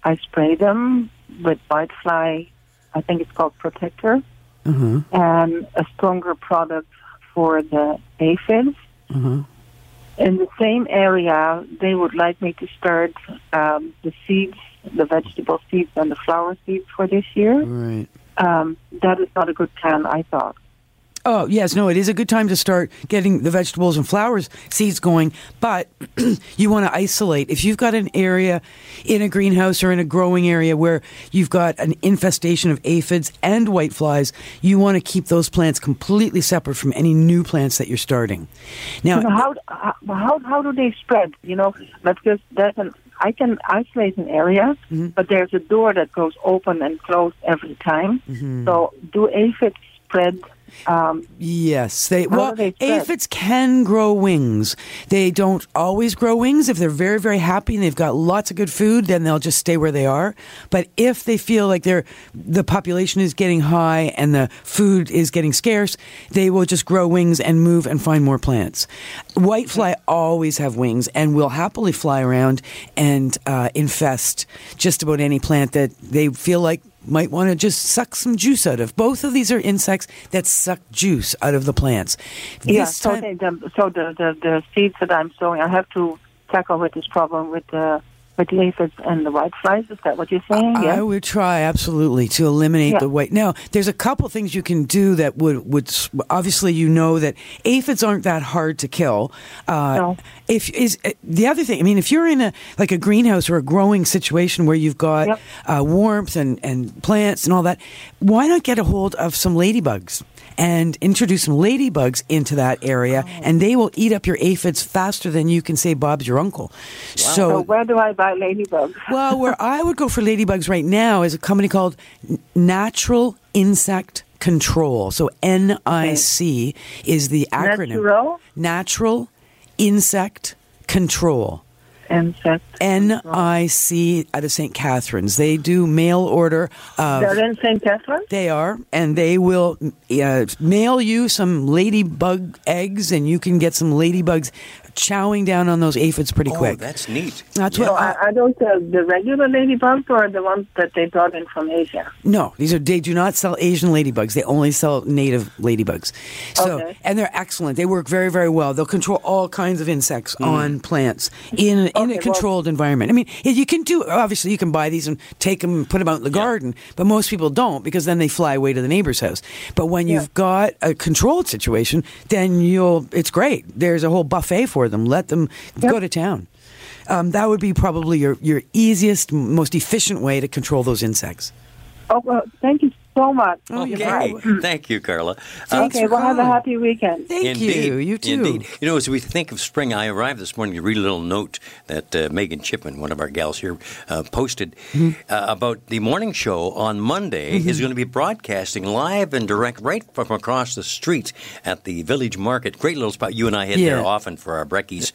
Speaker 11: I spray them with whitefly. I think it's called Protector
Speaker 3: Uh-huh.
Speaker 11: and a stronger product for the aphids.
Speaker 3: Mhm.
Speaker 11: In the same area, they would like me to start um, the seeds, the vegetable seeds and the flower seeds for this year.
Speaker 3: Right.
Speaker 11: Um, that is not a good plan, I thought.
Speaker 3: Oh, yes. No, it is a good time to start getting the vegetables and flowers seeds going, but you want to isolate. If you've got an area in a greenhouse or in a growing area where you've got an infestation of aphids and whiteflies, you want to keep those plants completely separate from any new plants that you're starting. Now,
Speaker 11: So how, how how how do they spread? You know, because there's an I can isolate an area,
Speaker 3: Mm-hmm.
Speaker 11: but there's a door that goes open and closed every time.
Speaker 3: Mm-hmm.
Speaker 11: So do aphids spread? Um,
Speaker 3: Yes, they
Speaker 11: How
Speaker 3: well
Speaker 11: do they spread?
Speaker 3: aphids can grow wings. They don't always grow wings. If they're very very happy and they've got lots of good food, then they'll just stay where they are. But if they feel like they're the population is getting high and the food is getting scarce, they will just grow wings and move and find more plants. Whitefly always have wings and will happily fly around and uh, infest just about any plant that they feel like might want to just suck some juice out of. Both of these are insects that suck juice out of the plants.
Speaker 11: yeah.
Speaker 3: This
Speaker 11: So,
Speaker 3: time-
Speaker 11: they, the, so the, the the seeds that I'm sowing, I have to tackle with this problem with the with the aphids and the whiteflies. Is that what you're saying?
Speaker 3: I would try absolutely to eliminate
Speaker 11: Yeah.
Speaker 3: the white. Now, there's a couple things you can do that would would s- obviously you know that aphids aren't that hard to kill. Uh,
Speaker 11: No.
Speaker 3: If is uh, the other thing, I mean, if you're in a like a greenhouse or a growing situation where you've got
Speaker 11: Yep.
Speaker 3: uh, warmth and and plants and all that, why not get a hold of some ladybugs? And introduce some ladybugs into that area,
Speaker 11: Oh.
Speaker 3: and they will eat up your aphids faster than you can say Bob's your uncle.
Speaker 11: So where do I buy ladybugs?
Speaker 3: Well, where I would go for ladybugs right now is a company called N- Natural Insect Control. So NIC is the acronym.
Speaker 11: Natural?
Speaker 3: Natural Insect Control.
Speaker 11: Insects.
Speaker 3: NIC out of St. Catharines. They do mail order of
Speaker 11: They're in St. Catharines.
Speaker 3: they are, and they will uh, mail you some ladybug eggs, and you can get some ladybugs chowing down on those aphids pretty
Speaker 2: Oh,
Speaker 3: quick.
Speaker 2: that's neat.
Speaker 3: That's
Speaker 11: So
Speaker 3: what I,
Speaker 11: are, are those the, the regular ladybugs or the ones that they brought in from Asia?
Speaker 3: No, these are they do not sell Asian ladybugs. They only sell native ladybugs. So
Speaker 11: Okay.
Speaker 3: and they're excellent. They work very very well. They'll control all kinds of insects on plants in in a
Speaker 11: Mm. well-
Speaker 3: controlled environment. I mean, yeah, you can do obviously you can buy these and take them and put them out in the garden, but most people don't because then they fly away to the neighbor's house. But when you've got a controlled situation, then you'll it's great. There's a whole buffet for them. Let them go to town. Um, that would be probably your, your easiest, m- most efficient way to control those insects.
Speaker 11: Oh well, thank you so much.
Speaker 2: okay. Thank you, Carla. Uh,
Speaker 11: okay, well, have a happy weekend.
Speaker 2: Indeed. Indeed. You know, as we think of spring, I arrived this morning to read a little note that uh, Megan Chipman, one of our gals here, uh, posted
Speaker 3: Mm-hmm.
Speaker 2: uh, about the morning show on Monday is going to be broadcasting live and direct right from across the street at the Village Market. Great little spot. You and I hit there
Speaker 3: Yeah.
Speaker 2: often for our brekkies.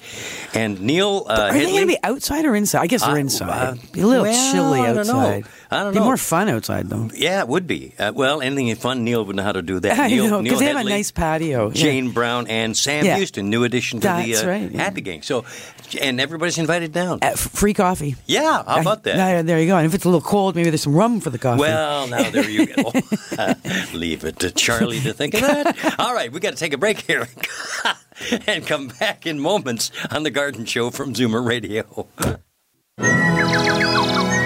Speaker 2: And Neil uh,
Speaker 3: Are they going
Speaker 2: Headley-
Speaker 3: to be outside or inside? I guess they're
Speaker 2: Uh,
Speaker 3: inside.
Speaker 2: uh,
Speaker 3: Be a little
Speaker 2: well,
Speaker 3: chilly
Speaker 2: I don't know.
Speaker 3: outside.
Speaker 2: I don't
Speaker 3: Be
Speaker 2: know.
Speaker 3: more fun outside though.
Speaker 2: Yeah, it would be. Uh, well, anything fun, Neil would know how to do that.
Speaker 3: I
Speaker 2: Neil,
Speaker 3: know
Speaker 2: Neil
Speaker 3: because they have a
Speaker 2: Headley,
Speaker 3: nice patio. Yeah.
Speaker 2: Jane Brown and Sam
Speaker 3: Yeah.
Speaker 2: Houston, new addition to
Speaker 3: That's
Speaker 2: the uh,
Speaker 3: right, yeah.
Speaker 2: Happy Gang. So, and everybody's invited down.
Speaker 3: Uh, f- free coffee.
Speaker 2: yeah, how about that?
Speaker 3: Uh, there you go. And if it's a little cold, maybe there's some rum for the coffee.
Speaker 2: Well, now there you go. Leave it to Charlie to think of that. All right, we got to take a break here and come back in moments on The Garden Show from Zoomer Radio.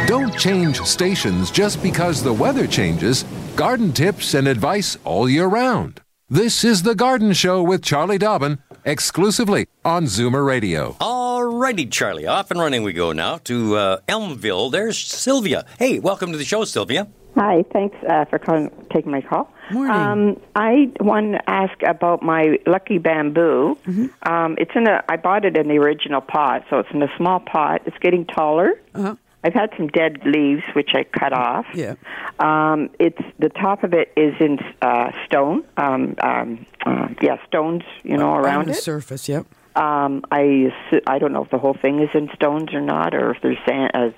Speaker 1: Don't change stations just because the weather changes. Garden tips and advice all year round. This is The Garden Show with Charlie Dobbin, exclusively on Zoomer Radio.
Speaker 2: All righty, Charlie. Off and running we go now to uh, Elmville. There's Sylvia. Hey, welcome to the show, Sylvia.
Speaker 12: Hi, thanks uh, for calling, taking my call. Um, I want to ask about my lucky bamboo.
Speaker 3: Mm-hmm.
Speaker 12: Um, it's in a. I bought it in the original pot, so it's in a small pot. It's getting taller.
Speaker 3: Uh-huh.
Speaker 12: I've had some dead leaves which I cut off. Yeah. Um, it's the top of it is in uh, stone. Um, um, uh, yeah, stones. You know,
Speaker 3: On
Speaker 12: around
Speaker 3: the
Speaker 12: it.
Speaker 3: surface. Yep.
Speaker 12: Um, I assu- I don't know if the whole thing is in stones or not, or if there's sand, uh,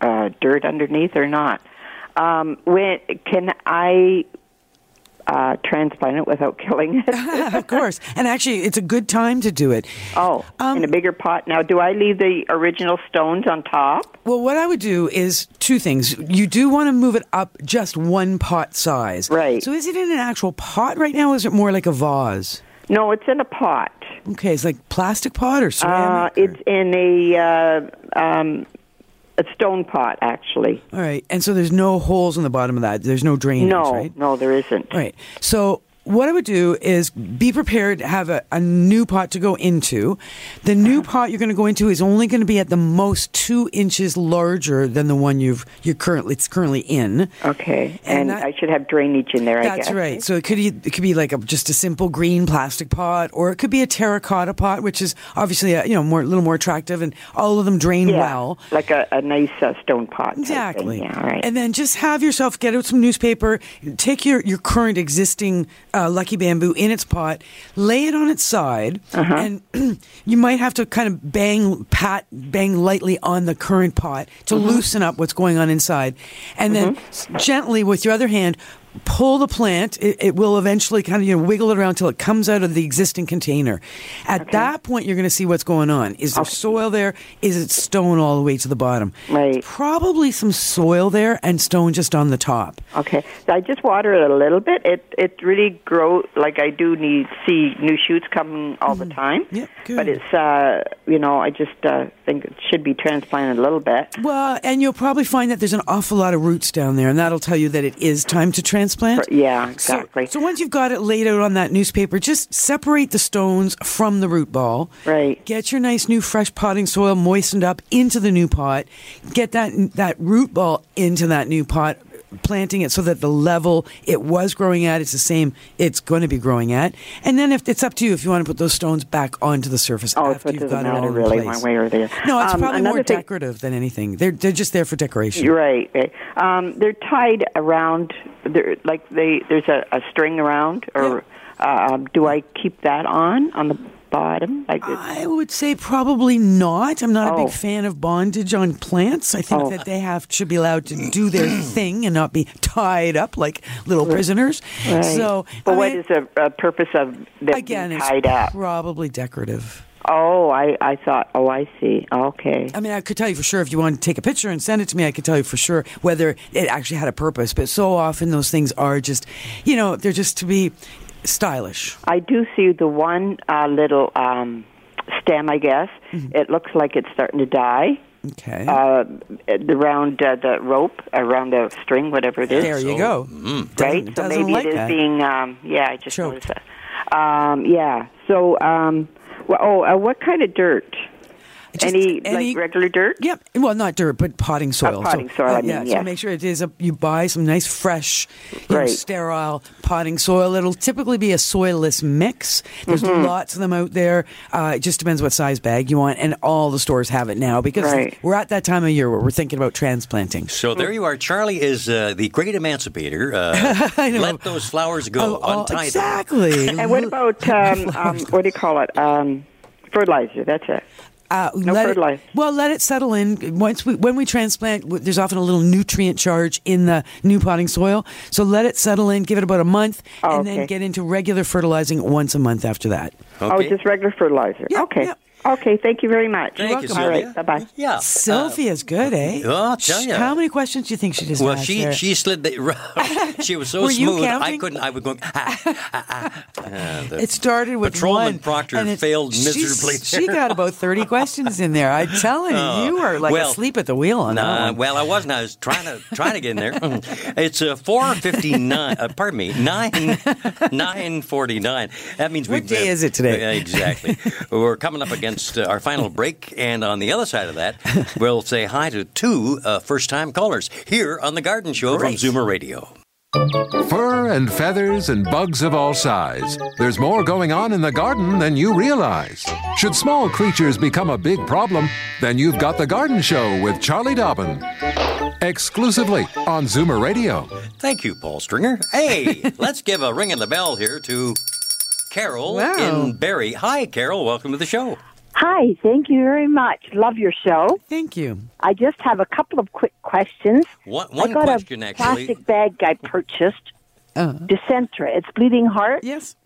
Speaker 12: uh, dirt underneath or not. Um, when can I uh, transplant it without killing it?
Speaker 3: of course. And actually, it's a good time to do it.
Speaker 12: Oh,
Speaker 3: Um,
Speaker 12: in a bigger pot. Now, do I leave the original stones on top?
Speaker 3: Well, what I would do is two things. You do want to move it up just one pot size. Right. So is it in an actual pot right now, or is it more like a vase?
Speaker 12: No, it's in a pot.
Speaker 3: Okay, it's like plastic pot or
Speaker 12: Uh,
Speaker 3: ceramic?
Speaker 12: it's in a uh, um, a stone pot, actually.
Speaker 3: All right. And so there's no holes in the bottom of that. There's no drainage,
Speaker 12: no,
Speaker 3: right?
Speaker 12: no, there isn't.
Speaker 3: All right. So what I would do is be prepared to have a, a new pot to go into. The new
Speaker 12: Uh-huh.
Speaker 3: pot you're going to go into is only going to be at the most two inches larger than the one you've you're currently it's currently in.
Speaker 12: Okay,
Speaker 3: And
Speaker 12: and,
Speaker 3: that-
Speaker 12: I should have drainage in there. I
Speaker 3: That's
Speaker 12: guess.
Speaker 3: right. So it could e- it could be like a, just a simple green plastic pot, or it could be a terracotta pot, which is obviously a, you know more a little more attractive, and all of them drain
Speaker 12: Yeah,
Speaker 3: well.
Speaker 12: like a, a nice uh, stone pot. type thing.
Speaker 3: Exactly.
Speaker 12: Yeah, all right.
Speaker 3: And then just have yourself get out some newspaper, take your, your current existing uh, lucky bamboo in its pot, lay it on its side,
Speaker 12: Uh-huh.
Speaker 3: and you might have to kind of bang pat bang lightly on the current pot to
Speaker 12: Mm-hmm.
Speaker 3: loosen up what's going on inside, and then s- gently with your other hand. Pull the plant; it, it will eventually kind of you know wiggle it around until it comes out of the existing container. At that point, you're going to see what's going on. Is there soil there? Is it stone all the way to the bottom? Right. Probably some soil there and stone just on the top.
Speaker 12: Okay. So I just water it a little bit. It it really grow like I do need see new shoots coming all
Speaker 3: Mm.
Speaker 12: the time. Yeah, good. But it's uh you know I just uh, think it should be transplanted a little bit.
Speaker 3: Well, and you'll probably find that there's an awful lot of roots down there, and that'll tell you that it is time to transplant.
Speaker 12: Yeah,
Speaker 3: So-
Speaker 12: exactly.
Speaker 3: So, once you've got it laid out on that newspaper, just separate the stones from the root ball. Right. Get your nice new fresh potting soil moistened up into the new pot. Get that that root ball into that new pot. Planting it so that the level it was growing at is the same it's going to be growing at, and then if it's up to you if you want to put those stones back onto the surface
Speaker 12: Oh, so
Speaker 3: after
Speaker 12: it
Speaker 3: you've
Speaker 12: doesn't
Speaker 3: got it all
Speaker 12: matter
Speaker 3: in
Speaker 12: really one
Speaker 3: place.
Speaker 12: way or the other.
Speaker 3: No, it's
Speaker 12: Um,
Speaker 3: probably
Speaker 12: another
Speaker 3: more
Speaker 12: thing-
Speaker 3: decorative than anything. They're they're just there for decoration.
Speaker 12: You're right. right. Um, they're tied around. They're like they there's a, a string around. Or um, do I keep that on on the bottom? Like it's-
Speaker 3: I would say probably not. I'm not a
Speaker 12: Oh.
Speaker 3: big fan of bondage on plants. I think
Speaker 12: Oh.
Speaker 3: that they have should be allowed to do their thing and not be tied up like little prisoners.
Speaker 12: Right.
Speaker 3: Uh, So,
Speaker 12: but
Speaker 3: I
Speaker 12: what
Speaker 3: mean,
Speaker 12: is the uh, purpose of them
Speaker 3: again,
Speaker 12: being
Speaker 3: it's
Speaker 12: tied up?
Speaker 3: probably decorative.
Speaker 12: Oh, I I thought. Oh, I see. Okay.
Speaker 3: I mean, I could tell you for sure if you wanted to take a picture and send it to me. I could tell you for sure whether it actually had a purpose. But so often those things are just, you know, they're just to be stylish.
Speaker 12: I do see the one uh, little um, stem. I guess it looks like it's starting to die.
Speaker 3: Mm-hmm. Okay.
Speaker 12: Uh, around uh, the rope, around the string, whatever it is.
Speaker 3: There you
Speaker 13: Oh.
Speaker 3: go.
Speaker 2: Mm.
Speaker 12: Right.
Speaker 3: Doesn't-
Speaker 12: so
Speaker 3: doesn't
Speaker 12: maybe
Speaker 3: like
Speaker 12: it is
Speaker 3: that.
Speaker 12: being. Um, yeah, I just noticed that. Um, yeah. So, um, well, oh, uh, what kind of dirt? any, like regular dirt?
Speaker 3: Yep. Well, not dirt, but potting soil. Oh,
Speaker 12: potting soil, I mean,
Speaker 3: yeah.
Speaker 12: yes.
Speaker 3: So make sure it is a, you buy some nice, fresh, you know,
Speaker 12: Right.
Speaker 3: sterile potting soil. It'll typically be a soilless mix. There's
Speaker 12: Mhm.
Speaker 3: lots of them out there. Uh, it just depends what size bag you want, and all the stores have it now because
Speaker 2: Right.
Speaker 3: we're at that time of year where we're thinking about transplanting.
Speaker 2: So there you are. Charlie is uh, the great emancipator. Uh, let those flowers go. Untie
Speaker 3: Oh, exactly.
Speaker 12: And what about um, um, what do you call it? Um, fertilizer. That's it.
Speaker 3: Uh,
Speaker 12: no
Speaker 3: let it-
Speaker 12: fertilizer.
Speaker 3: well, let it settle in. Once we when we transplant, w- there's often a little nutrient charge in the new potting soil. So let it settle in. Give it about a month,
Speaker 12: Oh,
Speaker 3: and then
Speaker 12: okay.
Speaker 3: get into regular fertilizing once a month after that.
Speaker 12: Oh, just regular fertilizer. okay. Okay. Thank you very much.
Speaker 3: Thank you,
Speaker 12: All right.
Speaker 3: Sylvia.
Speaker 12: Bye bye.
Speaker 2: Yeah.
Speaker 3: Sylvia's good, eh?
Speaker 2: Oh, I'll tell
Speaker 3: Sh-
Speaker 2: ya.
Speaker 3: How many questions do you think she
Speaker 2: them.
Speaker 3: just
Speaker 2: Well,
Speaker 3: asked
Speaker 2: she
Speaker 3: there?
Speaker 2: she slid the. she was so
Speaker 3: Were you
Speaker 2: smooth. I
Speaker 3: counting?
Speaker 2: couldn't. I was going. Ah, ah, ah, ah. The
Speaker 3: it started with
Speaker 2: Patrolman
Speaker 3: one,
Speaker 2: Proctor
Speaker 3: and it-
Speaker 2: failed
Speaker 3: she's-
Speaker 2: miserably.
Speaker 3: She got about thirty questions in there. I'm telling you,
Speaker 2: Oh,
Speaker 3: you were like
Speaker 2: well,
Speaker 3: asleep at the wheel on that
Speaker 2: Nah,
Speaker 3: one.
Speaker 2: well, I wasn't. I was trying to trying to get in there. It's uh, four fifty nine. Uh, pardon me, nine nine forty nine. That means
Speaker 3: What
Speaker 2: we.
Speaker 3: day is it today?
Speaker 2: Exactly. We're coming up against uh, our final break, and on the other side of that, we'll say hi to two uh, first time callers here on the Garden Show
Speaker 1: Great.
Speaker 2: from Zoomer Radio.
Speaker 1: Fur and feathers and bugs of all size. There's more going on in the garden than you realize. Should small creatures become a big problem, then you've got The Garden Show with Charlie Dobbin. Exclusively on Zoomer Radio.
Speaker 2: Thank you, Paul Stringer. Hey, let's give a ring of the bell here to Carol
Speaker 14: Wow.
Speaker 2: in Barrie. Hi, Carol. Welcome to the show.
Speaker 14: Hi, thank you very much. Love your show.
Speaker 3: Thank you.
Speaker 14: I just have a couple of quick questions.
Speaker 2: One,
Speaker 14: I
Speaker 2: one
Speaker 14: got
Speaker 2: question,
Speaker 14: a
Speaker 2: actually.
Speaker 14: plastic bag I purchased, Decentra. It's bleeding heart.
Speaker 3: Uh. Yes.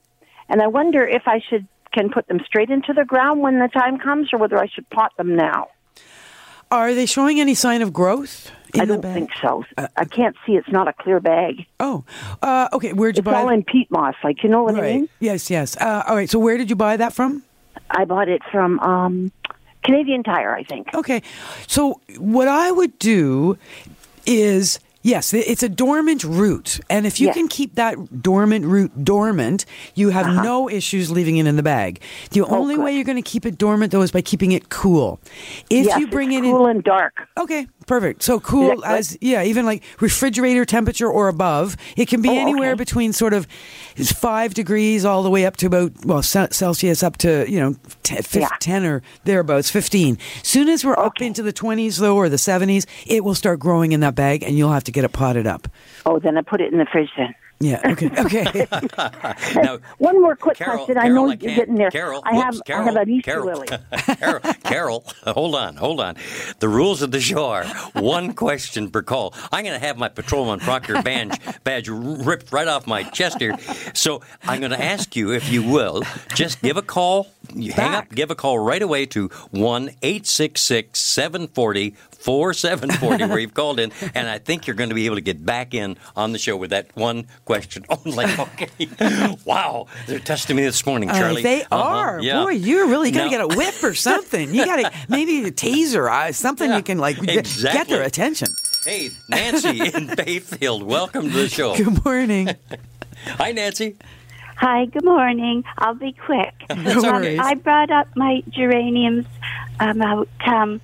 Speaker 14: And I wonder if I should can put them straight into the ground when the time comes, or whether I should pot them now.
Speaker 3: Are they showing any sign of growth? In I don't the think
Speaker 14: so. I can't see. It's not a clear bag.
Speaker 3: Oh, uh, okay. Where'd you
Speaker 14: it's
Speaker 3: buy
Speaker 14: all
Speaker 3: it?
Speaker 14: in peat moss, like you know what I mean.
Speaker 3: Yes, yes. Uh, all right. So where did you buy that from?
Speaker 14: I bought it from um, Canadian Tire, I think.
Speaker 3: Okay. So what I would do is yes, i- it's a dormant root, and if you
Speaker 14: Yes.
Speaker 3: can keep that dormant root dormant, you have
Speaker 14: Uh-huh.
Speaker 3: no issues leaving it in the bag. The
Speaker 14: Oh,
Speaker 3: only way you're going to keep it dormant though is by keeping it cool. If
Speaker 14: Yes,
Speaker 3: you bring
Speaker 14: it's
Speaker 3: it
Speaker 14: cool
Speaker 3: in
Speaker 14: and dark.
Speaker 3: Okay, perfect. So cool
Speaker 14: good?
Speaker 3: as yeah, even like refrigerator temperature or above. It can be anywhere between sort of five degrees all the way up to about well Ce- Celsius up to you know te- fif-
Speaker 14: Yeah.
Speaker 3: ten or thereabouts, fifteen. Soon as we're up into the twenties though or the seventies, it will start growing in that bag, and you'll have to get it potted up.
Speaker 14: Oh, then I put it in the fridge then.
Speaker 3: Yeah. Okay. Okay.
Speaker 2: now,
Speaker 14: One more quick
Speaker 2: Carol,
Speaker 14: question. I
Speaker 2: Carol,
Speaker 14: know
Speaker 2: I
Speaker 14: you're
Speaker 2: can't.
Speaker 14: getting there.
Speaker 2: Carol,
Speaker 14: I
Speaker 2: whoops,
Speaker 14: have
Speaker 2: Carol,
Speaker 14: I have an Easter
Speaker 2: Carol.
Speaker 14: lily.
Speaker 2: Carol, Carol, hold on, hold on. The rules of the show are one question per call. I'm going to have my Patrolman Proctor badge, badge ripped right off my chest here. So I'm going to ask you, if you will, just give a call. You hang up, give a call right away to 1 866 740 4740, where you've called in. And I think you're going to be able to get back in on the show with that one question only. Okay. Wow. They're testing me this morning,
Speaker 3: Uh,
Speaker 2: Charlie.
Speaker 3: they
Speaker 2: Uh-huh.
Speaker 3: are.
Speaker 2: Yeah.
Speaker 3: Boy, you're really gonna
Speaker 2: No.
Speaker 3: get a whip or something. You gotta maybe a taser, uh, something you can like get- get
Speaker 2: exactly.
Speaker 3: their attention.
Speaker 2: Hey, Nancy in Bayfield, welcome to the show.
Speaker 3: Good morning.
Speaker 2: Hi, Nancy.
Speaker 15: Hi, good morning. I'll be quick.
Speaker 2: That's all
Speaker 15: Um,
Speaker 2: right.
Speaker 15: I brought up my geraniums um, out um,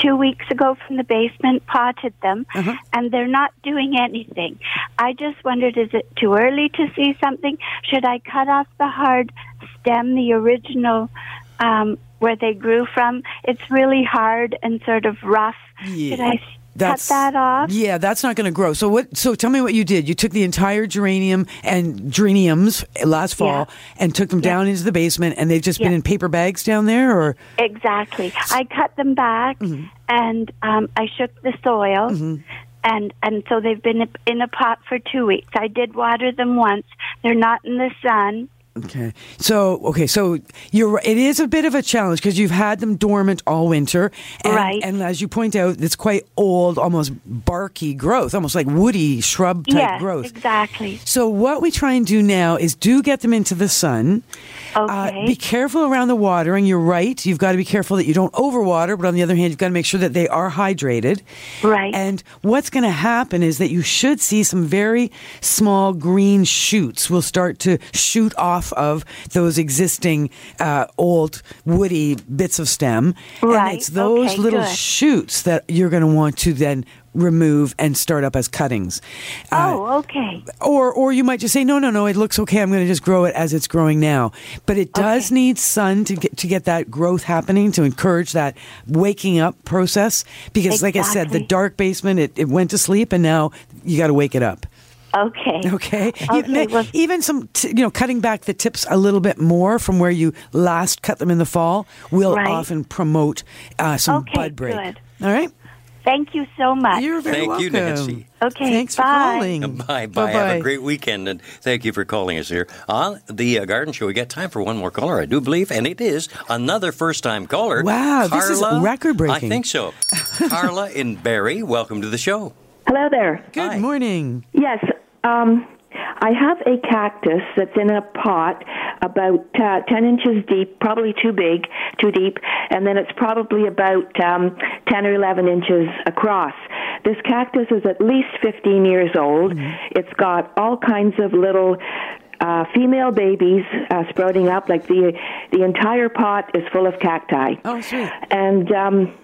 Speaker 15: two weeks ago from the basement, potted them, and they're not doing anything. I just wondered is it too early to see something? Should I cut off the hard stem, the original um, where they grew from? It's really hard and sort of rough. Should I
Speaker 3: That's, cut that off. Yeah, that's not going to grow. So what? So tell me what you did. You took the entire geranium and geraniums last fall and took them down into the basement, and they've just been in paper bags down there, or
Speaker 15: Exactly. I cut them back and um, I shook the soil.
Speaker 3: Mm-hmm.
Speaker 15: And and so they've been in a pot for two weeks. I did water them once. They're not in the sun.
Speaker 3: okay. So okay, so you're. right. It is a bit of a challenge because you've had them dormant all winter, and, right? And as you point out, it's quite old, almost barky growth, almost like woody shrub type
Speaker 15: yes,
Speaker 3: growth.
Speaker 15: exactly.
Speaker 3: So what we try and do now is do get them into the sun. Okay. Uh, be careful around the watering. You're right. You've got to be careful that you don't overwater, but on the other hand, you've got to make sure that they are hydrated.
Speaker 15: Right.
Speaker 3: And what's going to happen is that you should see some very small green shoots will start to shoot off off of those existing uh, old woody bits of stem.
Speaker 13: Right,
Speaker 3: And it's those
Speaker 13: okay,
Speaker 3: little
Speaker 13: good.
Speaker 3: shoots that you're going to want to then remove and start up as cuttings. Uh,
Speaker 15: Oh, okay.
Speaker 3: or or you might just say no no no it looks okay i'm going to just grow it as it's growing now but it does need sun to get to get that growth happening to encourage that waking up process because like i said the dark basement it, it went to sleep and now you got to wake it up
Speaker 15: Okay.
Speaker 3: Okay. You may- even some, t- you know, cutting back the tips a little bit more from where you last cut them in the fall will
Speaker 15: Right.
Speaker 3: often promote uh, some
Speaker 15: Okay,
Speaker 3: bud break.
Speaker 15: good.
Speaker 3: All right.
Speaker 15: Thank you so much.
Speaker 3: You're very
Speaker 2: Thank you,
Speaker 3: welcome.
Speaker 2: Nancy.
Speaker 15: Okay.
Speaker 3: Thanks for
Speaker 15: bye.
Speaker 3: calling.
Speaker 2: Bye bye. Have
Speaker 3: Bye-bye.
Speaker 2: a great weekend, and thank you for calling us here on the uh, Garden Show. We got time for one more caller, I do believe, and it is another first-time caller.
Speaker 3: Wow, this is
Speaker 2: Carla?
Speaker 3: record-breaking.
Speaker 2: I think so. Carla in Barry, welcome to the show.
Speaker 13: Hello there.
Speaker 3: Good morning.
Speaker 13: Yes, um, I have a cactus that's in a pot about uh, 10 inches deep, probably too big, too deep, and then it's probably about um, 10 or 11 inches across. This cactus is at least 15 years old.
Speaker 3: Mm-hmm.
Speaker 13: It's got all kinds of little uh, female babies uh, sprouting up. Like the the entire pot is full of cacti.
Speaker 3: Oh, sweet.
Speaker 13: And um,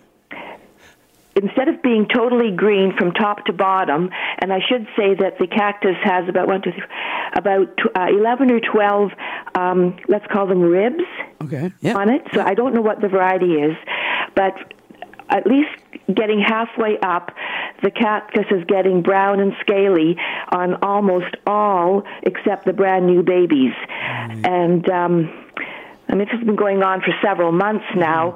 Speaker 13: instead of being totally green from top to bottom, and I should say that the cactus has about one, two, three, about tw- uh, eleven or twelve, um, let's call them ribs
Speaker 3: Okay.
Speaker 13: on it. So I don't know what the variety is, but at least getting halfway up, the cactus is getting brown and scaly on almost all except the brand new babies, and. Um, I mean, this has been going on for several months now,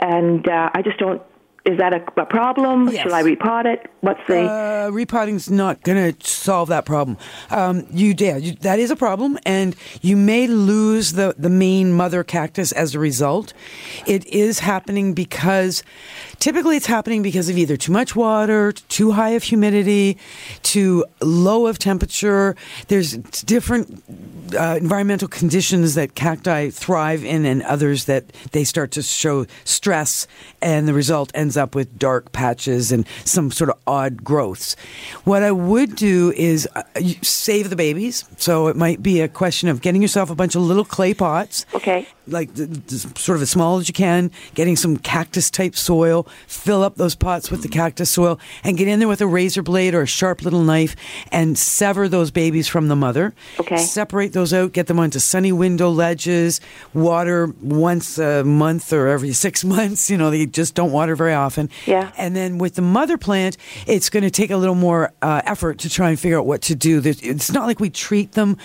Speaker 13: and uh, I just don't. Is that a, a problem? Shall I repot it? What's the?
Speaker 3: Uh, repotting's not going to solve that problem. Um, you, yeah, you, that is a problem, and you may lose the, the main mother cactus as a result. It is happening because typically it's happening because of either too much water, too high of humidity, too low of temperature. There's different uh, environmental conditions that cacti thrive in, and others that they start to show stress, and the result ends up with dark patches and some sort of odd growths. What I would do is uh, you- save the babies. So it might be a question of getting yourself a bunch of little clay pots. Okay. Like th- th- sort of as small as you can, getting some cactus type soil, fill up those pots with the cactus soil, and get in there with a razor blade or a sharp little knife and sever those babies from the mother. Okay. Separate those out, get them onto sunny window ledges, water once a month or every six months. You know, they just don't water very often. Yeah. And then with the mother plant, it's going to take a little more uh, effort to try and figure out what to do. There's, it's not like we treat them,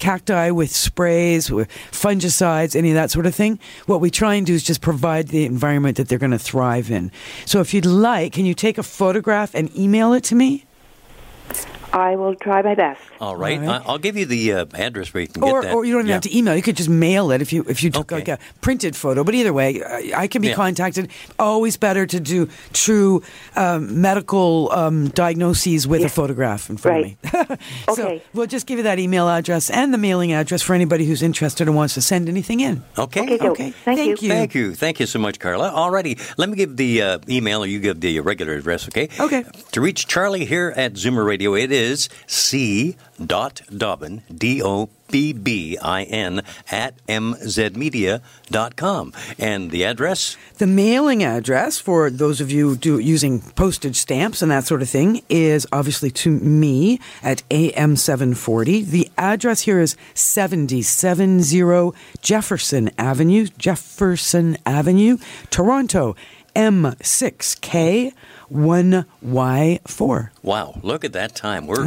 Speaker 3: cacti, with sprays, with fungicides, any of that sort of thing. What we try and do is just provide the environment that they're going to thrive in. So if you'd like, can you take a photograph and email it to me?
Speaker 13: I will try my best.
Speaker 2: All right,
Speaker 3: All right.
Speaker 2: I- I'll give you the uh, address where you can
Speaker 3: Or,
Speaker 2: get that.
Speaker 3: or you don't even
Speaker 2: Yeah.
Speaker 3: have to email. You could just mail it if you if you took like a printed photo. But either way, I, I can be
Speaker 2: Yeah.
Speaker 3: contacted. Always better to do true um, medical um, diagnoses with a photograph in front of me. okay. So we'll just give you that email address and the mailing address for anybody who's interested and wants to send anything in.
Speaker 2: Okay.
Speaker 3: Okay, doke. Okay. Thank Thank you. you.
Speaker 2: Thank you. Thank you so much, Carla. Alrighty, let me give the uh, email, or you give the regular address, okay?
Speaker 3: Okay.
Speaker 2: To reach Charlie here at Zoomer Radio, it is c dot dobbin d o b b i n at mzmedia dot com, and the address.
Speaker 3: The mailing address for those of you do, using postage stamps and that sort of thing is obviously to me at AM 740. The address here is 770 Jefferson Avenue, Jefferson Avenue, Toronto, M6K1Y4.
Speaker 2: Wow! Look at that time. We're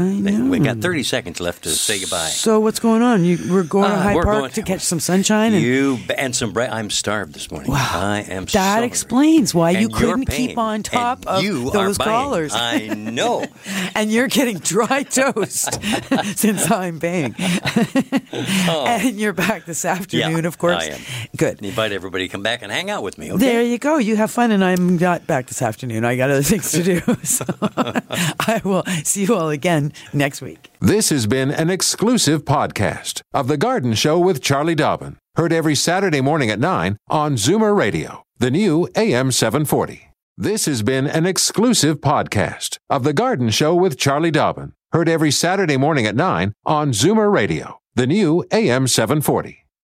Speaker 2: we got thirty seconds left to say goodbye.
Speaker 3: So what's going on? You, we're going to
Speaker 2: Ah,
Speaker 3: Hyde
Speaker 2: we're
Speaker 3: Park
Speaker 2: going-
Speaker 3: to catch some sunshine and
Speaker 2: you b- and some bread. I'm starved this morning. I am.
Speaker 3: that
Speaker 2: so
Speaker 3: explains why you
Speaker 2: And you're
Speaker 3: couldn't keep
Speaker 2: paying.
Speaker 3: on top
Speaker 2: And
Speaker 3: of
Speaker 2: you are
Speaker 3: those
Speaker 2: buying.
Speaker 3: callers.
Speaker 2: I know.
Speaker 3: and you're getting dry toast since I'm paying. And you're back this afternoon,
Speaker 2: oh. yeah,
Speaker 3: of course.
Speaker 2: I am.
Speaker 3: Good.
Speaker 2: Invite everybody to come back and hang out with me. Okay.
Speaker 3: There you go. You have fun, and I'm not back this afternoon. I got other things to do. So I will see you all again next week.
Speaker 1: This has been an exclusive podcast of The Garden Show with Charlie Dobbin. Heard every Saturday morning at 9 on Zoomer Radio, the new AM 740. This has been an exclusive podcast of The Garden Show with Charlie Dobbin. Heard every Saturday morning at 9 on Zoomer Radio, The new AM 740.